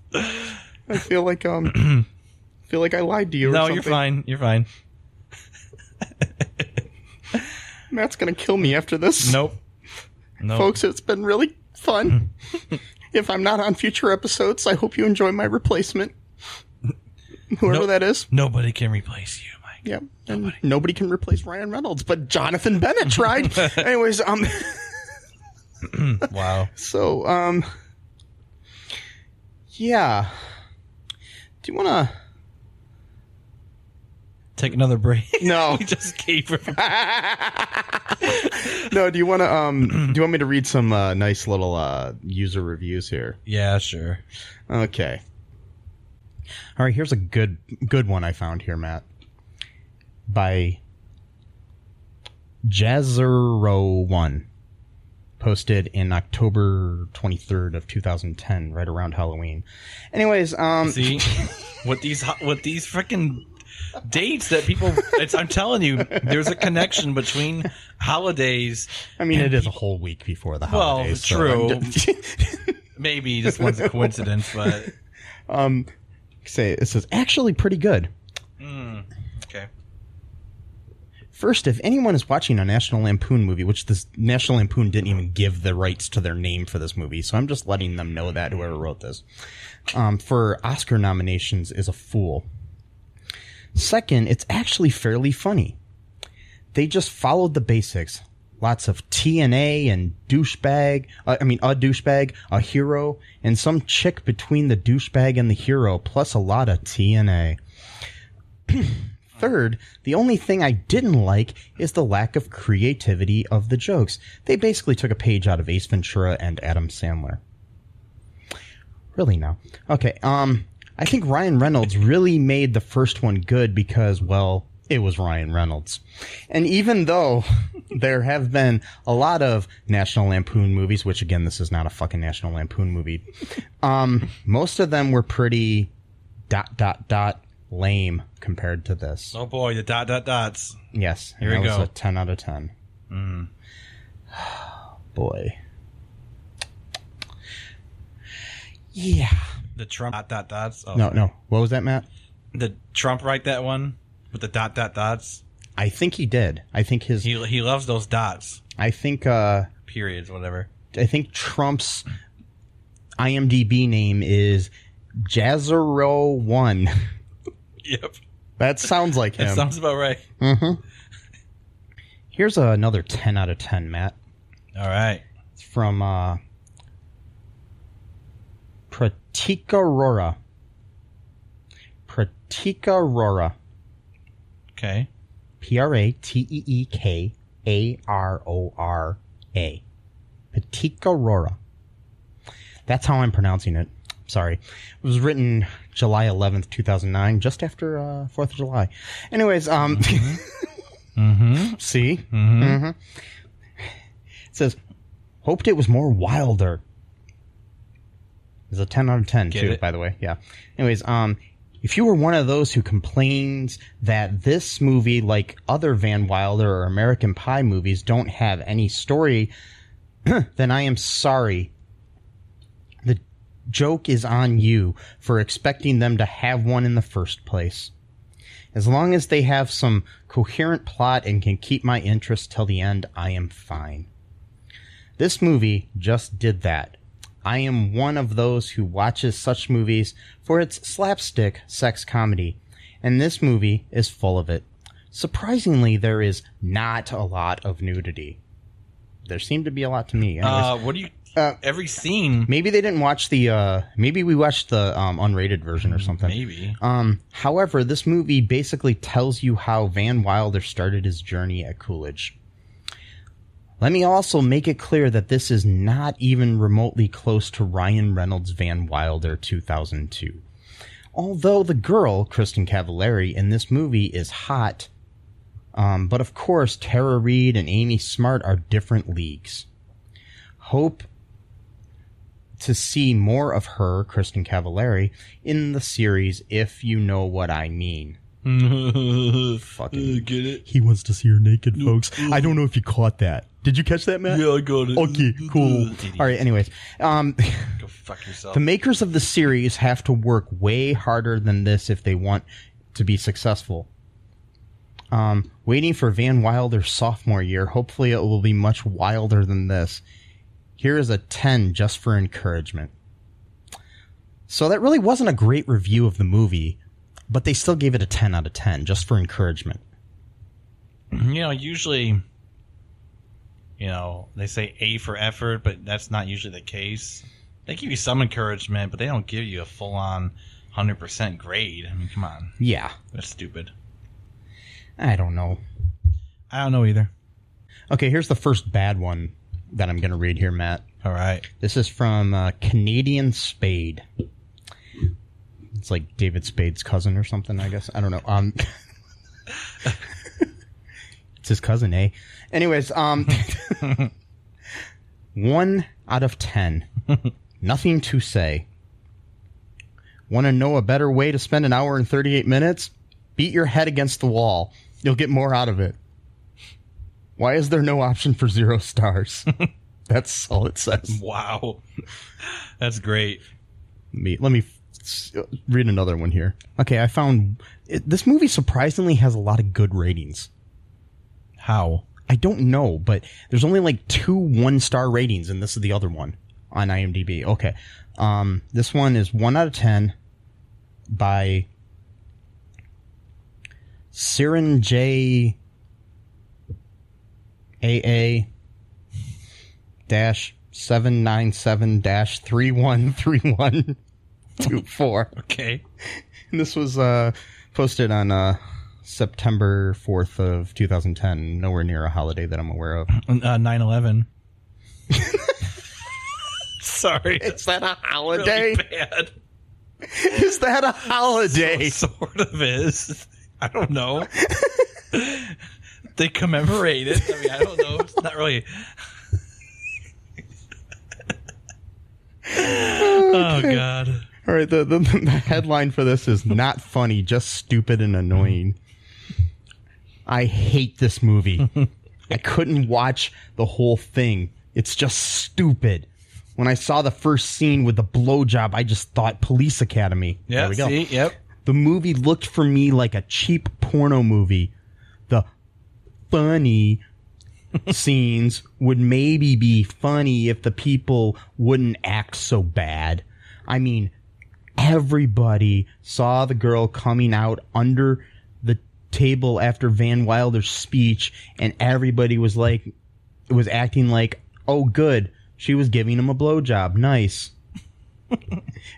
Speaker 2: I feel like um, feel like I lied to you. or
Speaker 3: No,
Speaker 2: something.
Speaker 3: you're fine. You're fine.
Speaker 2: Matt's gonna kill me after this.
Speaker 3: Nope. Nope.
Speaker 2: folks, it's been really fun.
Speaker 5: Mm.
Speaker 2: if I'm not on future episodes, I hope you enjoy my replacement. Whoever
Speaker 3: Nope.
Speaker 2: that is.
Speaker 3: Nobody can replace you, Mike.
Speaker 2: Yeah. And nobody. can replace Ryan Reynolds, but Jonathan Bennett tried. Anyways, um
Speaker 3: Wow.
Speaker 2: so um Yeah. Do you wanna
Speaker 3: Take another break.
Speaker 2: No.
Speaker 3: we just gave her.
Speaker 2: No, do you wanna um do you want me to read some uh, nice little uh user reviews here?
Speaker 3: Yeah, sure.
Speaker 2: Okay. All right, here's a good good one I found here, Matt. By Jazzero1 posted in October 23rd of 2010 right around Halloween. Anyways, um
Speaker 3: See, with these ho- with these freaking dates that people, it's, I'm telling you, there's a connection between holidays.
Speaker 2: I mean it is a whole week before the
Speaker 3: Well,
Speaker 2: holidays. so
Speaker 3: true.
Speaker 2: I'm just-
Speaker 3: Maybe this one's a coincidence, but
Speaker 2: say it says actually pretty good.
Speaker 3: okay.
Speaker 2: First, if anyone is watching a National Lampoon movie, which this National Lampoon didn't even give the rights to their name for this movie, so I'm just letting them know that whoever wrote this um, for Oscar nominations is a fool. Second, it's actually fairly funny. They just followed the basics. Lots of TNA and douchebag. Uh, I mean, a douchebag, a hero, and some chick between the douchebag and the hero, plus a lot of TNA. Third, the only thing I didn't like is the lack of creativity of the jokes. They basically took a page out of Ace Ventura and Adam Sandler. Really no. Okay, um I think Ryan Reynolds really made the first one good because well, it was Ryan Reynolds. And even though there have been a lot of National Lampoon movies, which again this is not a fucking National Lampoon movie. Um most of them were pretty dot dot dot lame compared to this.
Speaker 3: Oh boy, the dot dot dots.
Speaker 2: Yes.
Speaker 3: Here we
Speaker 2: that was
Speaker 3: go. Mm.
Speaker 2: a 10 out of 10. Boy. Yeah.
Speaker 3: The Trump dot dot dots. Oh,
Speaker 2: No, no. What was that, Matt?
Speaker 3: Did Trump write that one with the dot dot dots?
Speaker 2: I think he did. I think his
Speaker 3: He he loves those dots.
Speaker 2: I think uh
Speaker 3: Periods, whatever.
Speaker 2: I think Trump's IMDb name is Jazzero1.
Speaker 3: Yep,
Speaker 2: That sounds like
Speaker 3: that
Speaker 2: him. Mm-hmm.
Speaker 3: sounds about right.
Speaker 2: Here's another 10 out of 10, Matt.
Speaker 3: All right.
Speaker 2: It's from uh Pratika Rora. Pratika Rora.
Speaker 3: Okay.
Speaker 2: P R A T E E K A R O R A. Patika Rora. That's how I'm pronouncing it. Sorry. It was written July 11th, 2009, just after uh, 4th of July. Anyways, um. see? Mm-hmm. It says, hoped it was more wilder. It's a 10 out of 10,
Speaker 3: Get
Speaker 2: too,
Speaker 3: it?
Speaker 2: by the way. Yeah. Anyways, um. If you were one of those who complains that this movie, like other Van Wilder or American Pie movies, don't have any story, then I am sorry. The joke is on you for expecting them to have one in the first place. As long as they have some coherent plot and can keep my interest till the end, I am fine. This movie just did that. I am one of those who watches such movies for its slapstick sex comedy, and this movie is full of it. Surprisingly, there is not a lot of nudity. There seemed to be a lot to me. Anyways,
Speaker 3: Uh, what do you? every scene,
Speaker 2: maybe they didn't watch the. Uh, maybe we watched the um, unrated version or something.
Speaker 3: maybe.
Speaker 2: Um, however, this movie basically tells you how Van Wilder started his journey at Coolidge. Let me also make it clear that this is not even remotely close to Ryan Reynolds' Van Wilder 2002. Although the girl, Kristen Cavallari, in this movie is hot, Um, but of course, Tara Reid and Amy Smart are different leagues. Hope to see more of her, Kristen Cavallari, in the series if you know what I mean. Fucking
Speaker 9: Get it?
Speaker 2: He wants to see her naked, folks. I don't know if you caught that. Did you catch that, Matt?
Speaker 9: Yeah, I got it.
Speaker 2: Okay, cool. All right. Anyways, um,
Speaker 9: Go fuck yourself.
Speaker 2: the makers of the series have to work way harder than this if they want to be successful. Um, waiting for Van Wilder's sophomore year. Hopefully, it will be much wilder than this. Here is a ten just for encouragement. So that really wasn't a great review of the movie, but they still gave it a ten out of ten just for encouragement.
Speaker 9: you know, usually, you know, they say A for effort, but that's not usually the case. They give you some encouragement, but they don't give you a full on 100% grade. I mean, come on.
Speaker 2: Yeah,
Speaker 9: That's stupid.
Speaker 2: I don't know.
Speaker 9: I don't know either.
Speaker 2: Okay, here's the first bad one that I'm going to read here, Matt.
Speaker 9: All right.
Speaker 2: This is from uh, Canadian Spade. It's like David Spade's cousin or something, I guess. I don't know. Um, it's his cousin, eh? Anyways, um, one out of ten. Nothing to say. Want to know a better way to spend an hour and 38 minutes? Beat your head against the wall. You'll get more out of it. Why is there no option for zero stars? That's all it says.
Speaker 9: Wow. That's great.
Speaker 2: Let me let me s- read another one here. Okay, I found it, this movie surprisingly has a lot of good ratings.
Speaker 9: How?
Speaker 2: I don't know, but there's only like two one star ratings, and this is the other one on IMDb. Okay, um, this one is one out of ten by Siren J AA dash seven nine seven dash three one three one two four.
Speaker 9: Okay.
Speaker 2: And this was uh, posted on uh, September 4th of 2010, nowhere near a holiday that I'm aware of.
Speaker 9: Uh, 9 Sorry.
Speaker 2: Is that a
Speaker 9: really
Speaker 2: holiday?
Speaker 9: bad.
Speaker 2: Is that a holiday?
Speaker 9: sort of is. I don't know. they commemorate it. I mean, I don't know. It's not really. Oh God!
Speaker 2: All right, the, the, the headline for this is not funny, just stupid and annoying. I hate this movie. I couldn't watch the whole thing. It's just stupid. When I saw the first scene with the blowjob, I just thought Police Academy.
Speaker 9: Yeah.
Speaker 2: there we go.
Speaker 9: see? Yep.
Speaker 2: The movie looked for me like a cheap porno movie. The funny scenes would maybe be funny if the people wouldn't act so bad. I mean, everybody saw the girl coming out under the table after Van Wilder's speech, and everybody was like, was acting like, oh, good, she was giving him a blowjob. Nice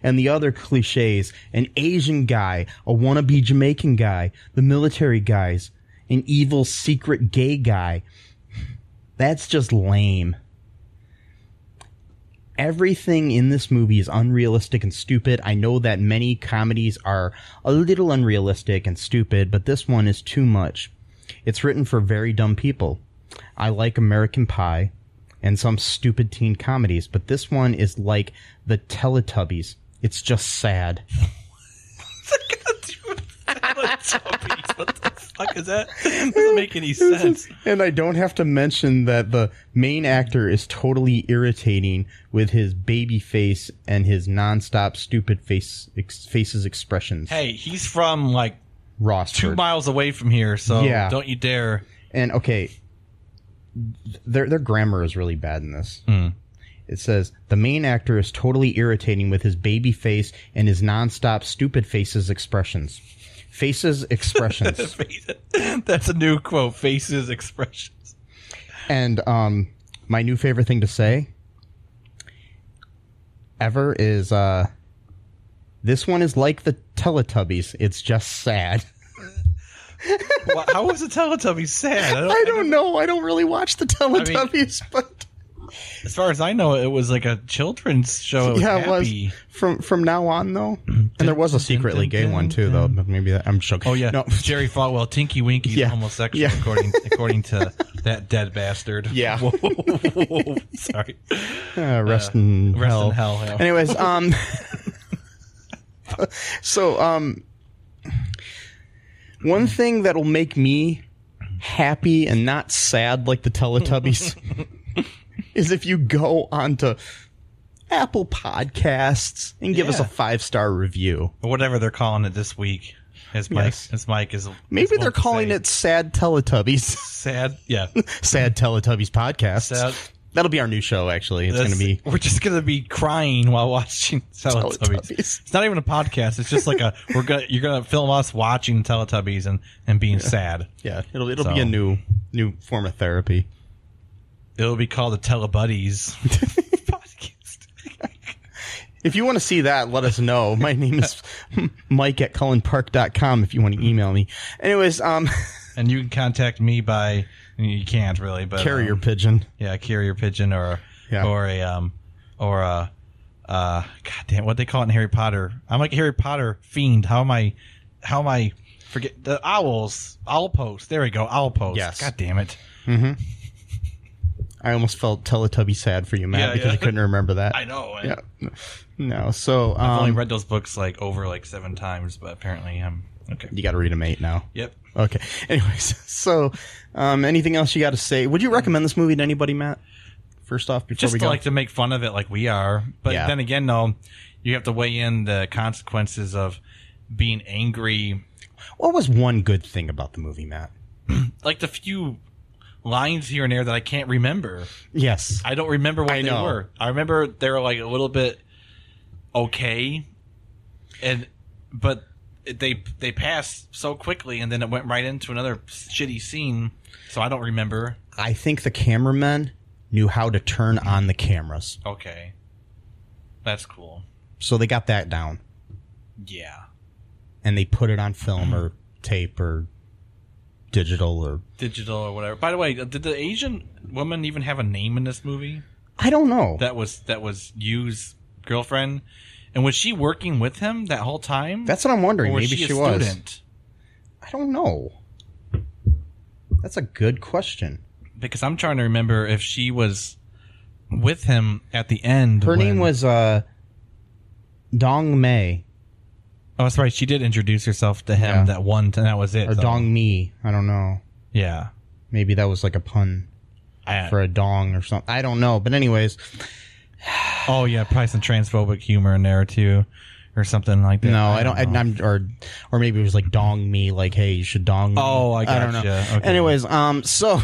Speaker 2: and the other cliches an Asian guy, a wannabe Jamaican guy, the military guys, an evil secret gay guy. That's just lame. Everything in this movie is unrealistic and stupid. I know that many comedies are a little unrealistic and stupid, but this one is too much. It's written for very dumb people. I like American Pie and some stupid teen comedies, but this one is like the Teletubbies. It's just sad.
Speaker 9: what the fuck is that? Doesn't make any sense.
Speaker 2: And I don't have to mention that the main actor is totally irritating with his baby face and his nonstop stupid face ex- faces expressions.
Speaker 9: Hey, he's from like
Speaker 2: Ross.
Speaker 9: two miles away from here, so
Speaker 2: Yeah.
Speaker 9: don't you dare.
Speaker 2: And okay, th- their their grammar is really bad in this.
Speaker 9: Hmm.
Speaker 2: It says the main actor is totally irritating with his baby face and his nonstop stupid faces expressions. Faces expressions.
Speaker 9: That's a new quote. Faces, expressions.
Speaker 2: and um, my new favorite thing to say ever is uh, this one is like the Teletubbies. It's just sad.
Speaker 9: Wha- How was the Teletubby sad? I don't,
Speaker 2: I don't know. I don't really watch the Teletubbies, but
Speaker 9: As far as I know, it was like a children's show. It was
Speaker 2: yeah,
Speaker 9: happy. Mm-hmm.
Speaker 2: it was from from now on though. And there was a secretly gay one too, though. But Maybe that, I'm joking.
Speaker 9: Oh yeah,
Speaker 2: no,
Speaker 9: Jerry Falwell, Tinky Winky,
Speaker 2: Yeah.
Speaker 9: homosexual,
Speaker 2: Yeah.
Speaker 9: according according to that dead bastard.
Speaker 2: Yeah.
Speaker 9: Whoa, whoa, whoa, whoa. Sorry.
Speaker 2: Uh, rest in
Speaker 9: Rest
Speaker 2: hell.
Speaker 9: in hell. yeah.
Speaker 2: Anyways, um, so um, one thing that'll make me happy and not sad like the Teletubbies is if you go onto Apple Podcasts and give us a
Speaker 9: Yeah.
Speaker 2: five star review.
Speaker 9: Or whatever they're calling it this week. As Mike,
Speaker 2: Yes.
Speaker 9: as Mike is. is
Speaker 2: Maybe
Speaker 9: wont
Speaker 2: they're
Speaker 9: to
Speaker 2: calling
Speaker 9: say.
Speaker 2: it Sad Teletubbies,
Speaker 9: sad. Yeah.
Speaker 2: Sad Teletubbies Podcasts.
Speaker 9: Sad.
Speaker 2: That'll be our new show. Actually, it's going to be
Speaker 9: That's- We're just gonna be crying while watching Teletubbies.
Speaker 2: Teletubbies.
Speaker 9: It's not even a podcast. It's just like a we're gonna you're gonna film us watching Teletubbies and and being sad.
Speaker 2: yeah, it'll it'll be
Speaker 9: So.
Speaker 2: a new new form of therapy.
Speaker 9: It'll be called the Telebuddies podcast.
Speaker 2: If you want to see that, let us know. My name is Mike at cullenpark.com if you want to email me. Anyways, um,
Speaker 9: And you can contact me by you can't really, but
Speaker 2: carrier
Speaker 9: um,
Speaker 2: pigeon.
Speaker 9: yeah, carrier pigeon or
Speaker 2: Yeah.
Speaker 9: or a um or a uh god damn what they call it in Harry Potter. I'm like a Harry Potter fiend. How am I how am I forget the owls owl post. There we go, owl post.
Speaker 2: Yes.
Speaker 9: God damn it.
Speaker 2: I almost felt Teletubby sad for you, Matt,
Speaker 9: Yeah,
Speaker 2: because
Speaker 9: yeah.
Speaker 2: I couldn't remember that.
Speaker 9: I know. and
Speaker 2: Yeah. No, so
Speaker 9: I've only
Speaker 2: um,
Speaker 9: read those books like over like seven times, but apparently um, I'm okay.
Speaker 2: you got to read them eight now.
Speaker 9: Yep.
Speaker 2: Okay. Anyways, so um, anything else you got to say? Would you recommend this movie to anybody, Matt? First off, before
Speaker 9: Just
Speaker 2: we
Speaker 9: to,
Speaker 2: go,
Speaker 9: like to make fun of it like we are. But
Speaker 2: Yeah.
Speaker 9: then again though, you have to weigh in the consequences of being angry
Speaker 2: what was one good thing about the movie, Matt?
Speaker 9: like the few lines here and there that I can't remember.
Speaker 2: Yes.
Speaker 9: I don't remember what
Speaker 2: I
Speaker 9: they
Speaker 2: know.
Speaker 9: were. I remember they were like a little bit okay, and but they they passed so quickly, and then it went right into another shitty scene. So I don't remember.
Speaker 2: I think the cameramen knew how to turn on the cameras,
Speaker 9: Okay, that's cool.
Speaker 2: so they got that down.
Speaker 9: Yeah,
Speaker 2: and they put it on film or tape or digital or
Speaker 9: digital or whatever. By the way, did the Asian woman even have a name in this movie?
Speaker 2: I don't know.
Speaker 9: That was that was Yu's girlfriend, and was she working with him that whole time?
Speaker 2: That's what I'm wondering.
Speaker 9: or was
Speaker 2: Maybe
Speaker 9: she,
Speaker 2: she,
Speaker 9: a
Speaker 2: was.
Speaker 9: student?
Speaker 2: I don't know. That's a good question.
Speaker 9: because I'm trying to remember if she was with him at the end.
Speaker 2: Her
Speaker 9: when-
Speaker 2: name was uh, Dong Mei
Speaker 9: Oh, that's right. She did introduce herself to him
Speaker 2: Yeah.
Speaker 9: that one, and that was it.
Speaker 2: or
Speaker 9: though.
Speaker 2: Dong Mi. I don't know.
Speaker 9: Yeah.
Speaker 2: Maybe that was like a pun
Speaker 9: I- uh,
Speaker 2: for a dong or something. I don't know. But anyways,
Speaker 9: oh yeah, probably some transphobic humor in there too, or something like that.
Speaker 2: no, I don't. I
Speaker 9: know.
Speaker 2: I'm or or maybe it was like Dong Me, like hey, you should Dong. Me.
Speaker 9: Oh, I
Speaker 2: I don't know.
Speaker 9: gotcha. Okay.
Speaker 2: Anyways, um, so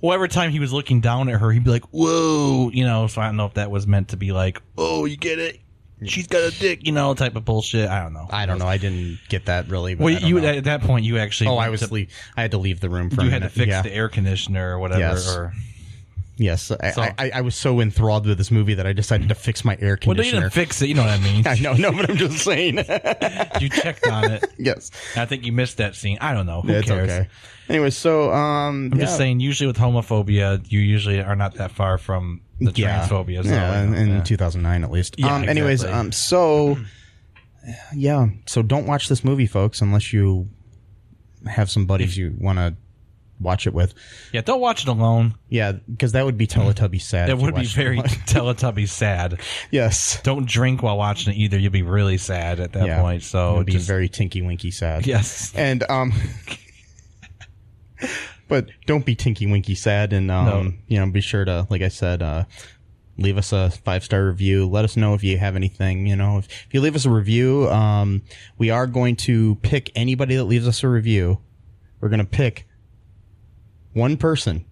Speaker 9: well, every time he was looking down at her, he'd be like, "Whoa," you know. So I don't know if that was meant to be like, "Oh, you get it? She's got a dick," you know, type of bullshit. I don't know.
Speaker 2: I don't know. I didn't get that really. But
Speaker 9: well,
Speaker 2: I don't
Speaker 9: you
Speaker 2: know.
Speaker 9: at that point, you actually.
Speaker 2: Oh,
Speaker 9: went
Speaker 2: I was
Speaker 9: to-
Speaker 2: leave. I had to leave the room for
Speaker 9: You
Speaker 2: a
Speaker 9: had to
Speaker 2: minute.
Speaker 9: fix
Speaker 2: yeah.
Speaker 9: the air conditioner or whatever.
Speaker 2: Yes.
Speaker 9: Or
Speaker 2: Yes, I,
Speaker 9: So-
Speaker 2: I, I was so enthralled with this movie that I decided to fix my air
Speaker 9: well, they didn't
Speaker 2: conditioner.
Speaker 9: fix it. You know what I mean?
Speaker 2: I know, no, but I'm just saying.
Speaker 9: you checked on it.
Speaker 2: yes,
Speaker 9: I think you missed that scene. I don't know. Who
Speaker 2: it's
Speaker 9: cares?
Speaker 2: okay. Anyway, so um,
Speaker 9: I'm just saying. Usually with homophobia, you usually are not that far from the
Speaker 2: yeah,
Speaker 9: transphobia. So
Speaker 2: yeah, in, in
Speaker 9: yeah.
Speaker 2: 2009 at least.
Speaker 9: Yeah,
Speaker 2: um, anyways,
Speaker 9: exactly.
Speaker 2: um, so yeah, so don't watch this movie, folks, unless you have some buddies you want to watch it with.
Speaker 9: Yeah, don't watch it alone.
Speaker 2: Yeah, because that would be Teletubby sad.
Speaker 9: That
Speaker 2: if you
Speaker 9: would be
Speaker 2: watched it
Speaker 9: very
Speaker 2: alone.
Speaker 9: Teletubby sad.
Speaker 2: yes.
Speaker 9: Don't drink while watching it either. You'll be really sad at that
Speaker 2: Yeah.
Speaker 9: point. So
Speaker 2: it would be
Speaker 9: Oh, just,
Speaker 2: very Tinky Winky sad.
Speaker 9: yes.
Speaker 2: and um but don't be tinky winky sad and um
Speaker 9: No.
Speaker 2: you know be sure to like i said uh leave us a five star review let us know if you have anything you know if, if you leave us a review um we are going to pick anybody that leaves us a review we're going to pick one person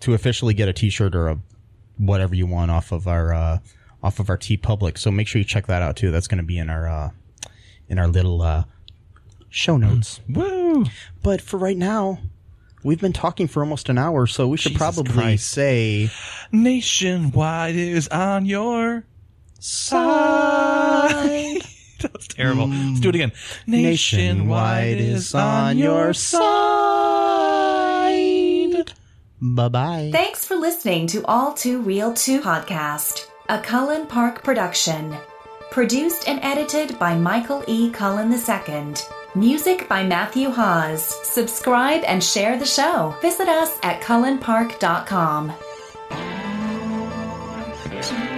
Speaker 2: to officially get a t-shirt or a whatever you want off of our uh off of our t public so make sure you check that out too that's going to be in our uh in our little uh show
Speaker 9: Mm-hmm.
Speaker 2: notes
Speaker 9: Woo!
Speaker 2: but for right now, we've been talking for almost an hour, so we should
Speaker 9: Jesus
Speaker 2: probably
Speaker 9: Christ.
Speaker 2: say
Speaker 9: Nationwide is on your side. that was terrible. Let's do it again.
Speaker 2: Nationwide is on your side.
Speaker 9: Bye bye.
Speaker 10: Thanks for listening to All Too Real 2 podcast, a Cullen Park production. Produced and edited by Michael E. Cullen II. Music by Matthew Hawes. Subscribe and share the show. Visit us at cullenpark.com.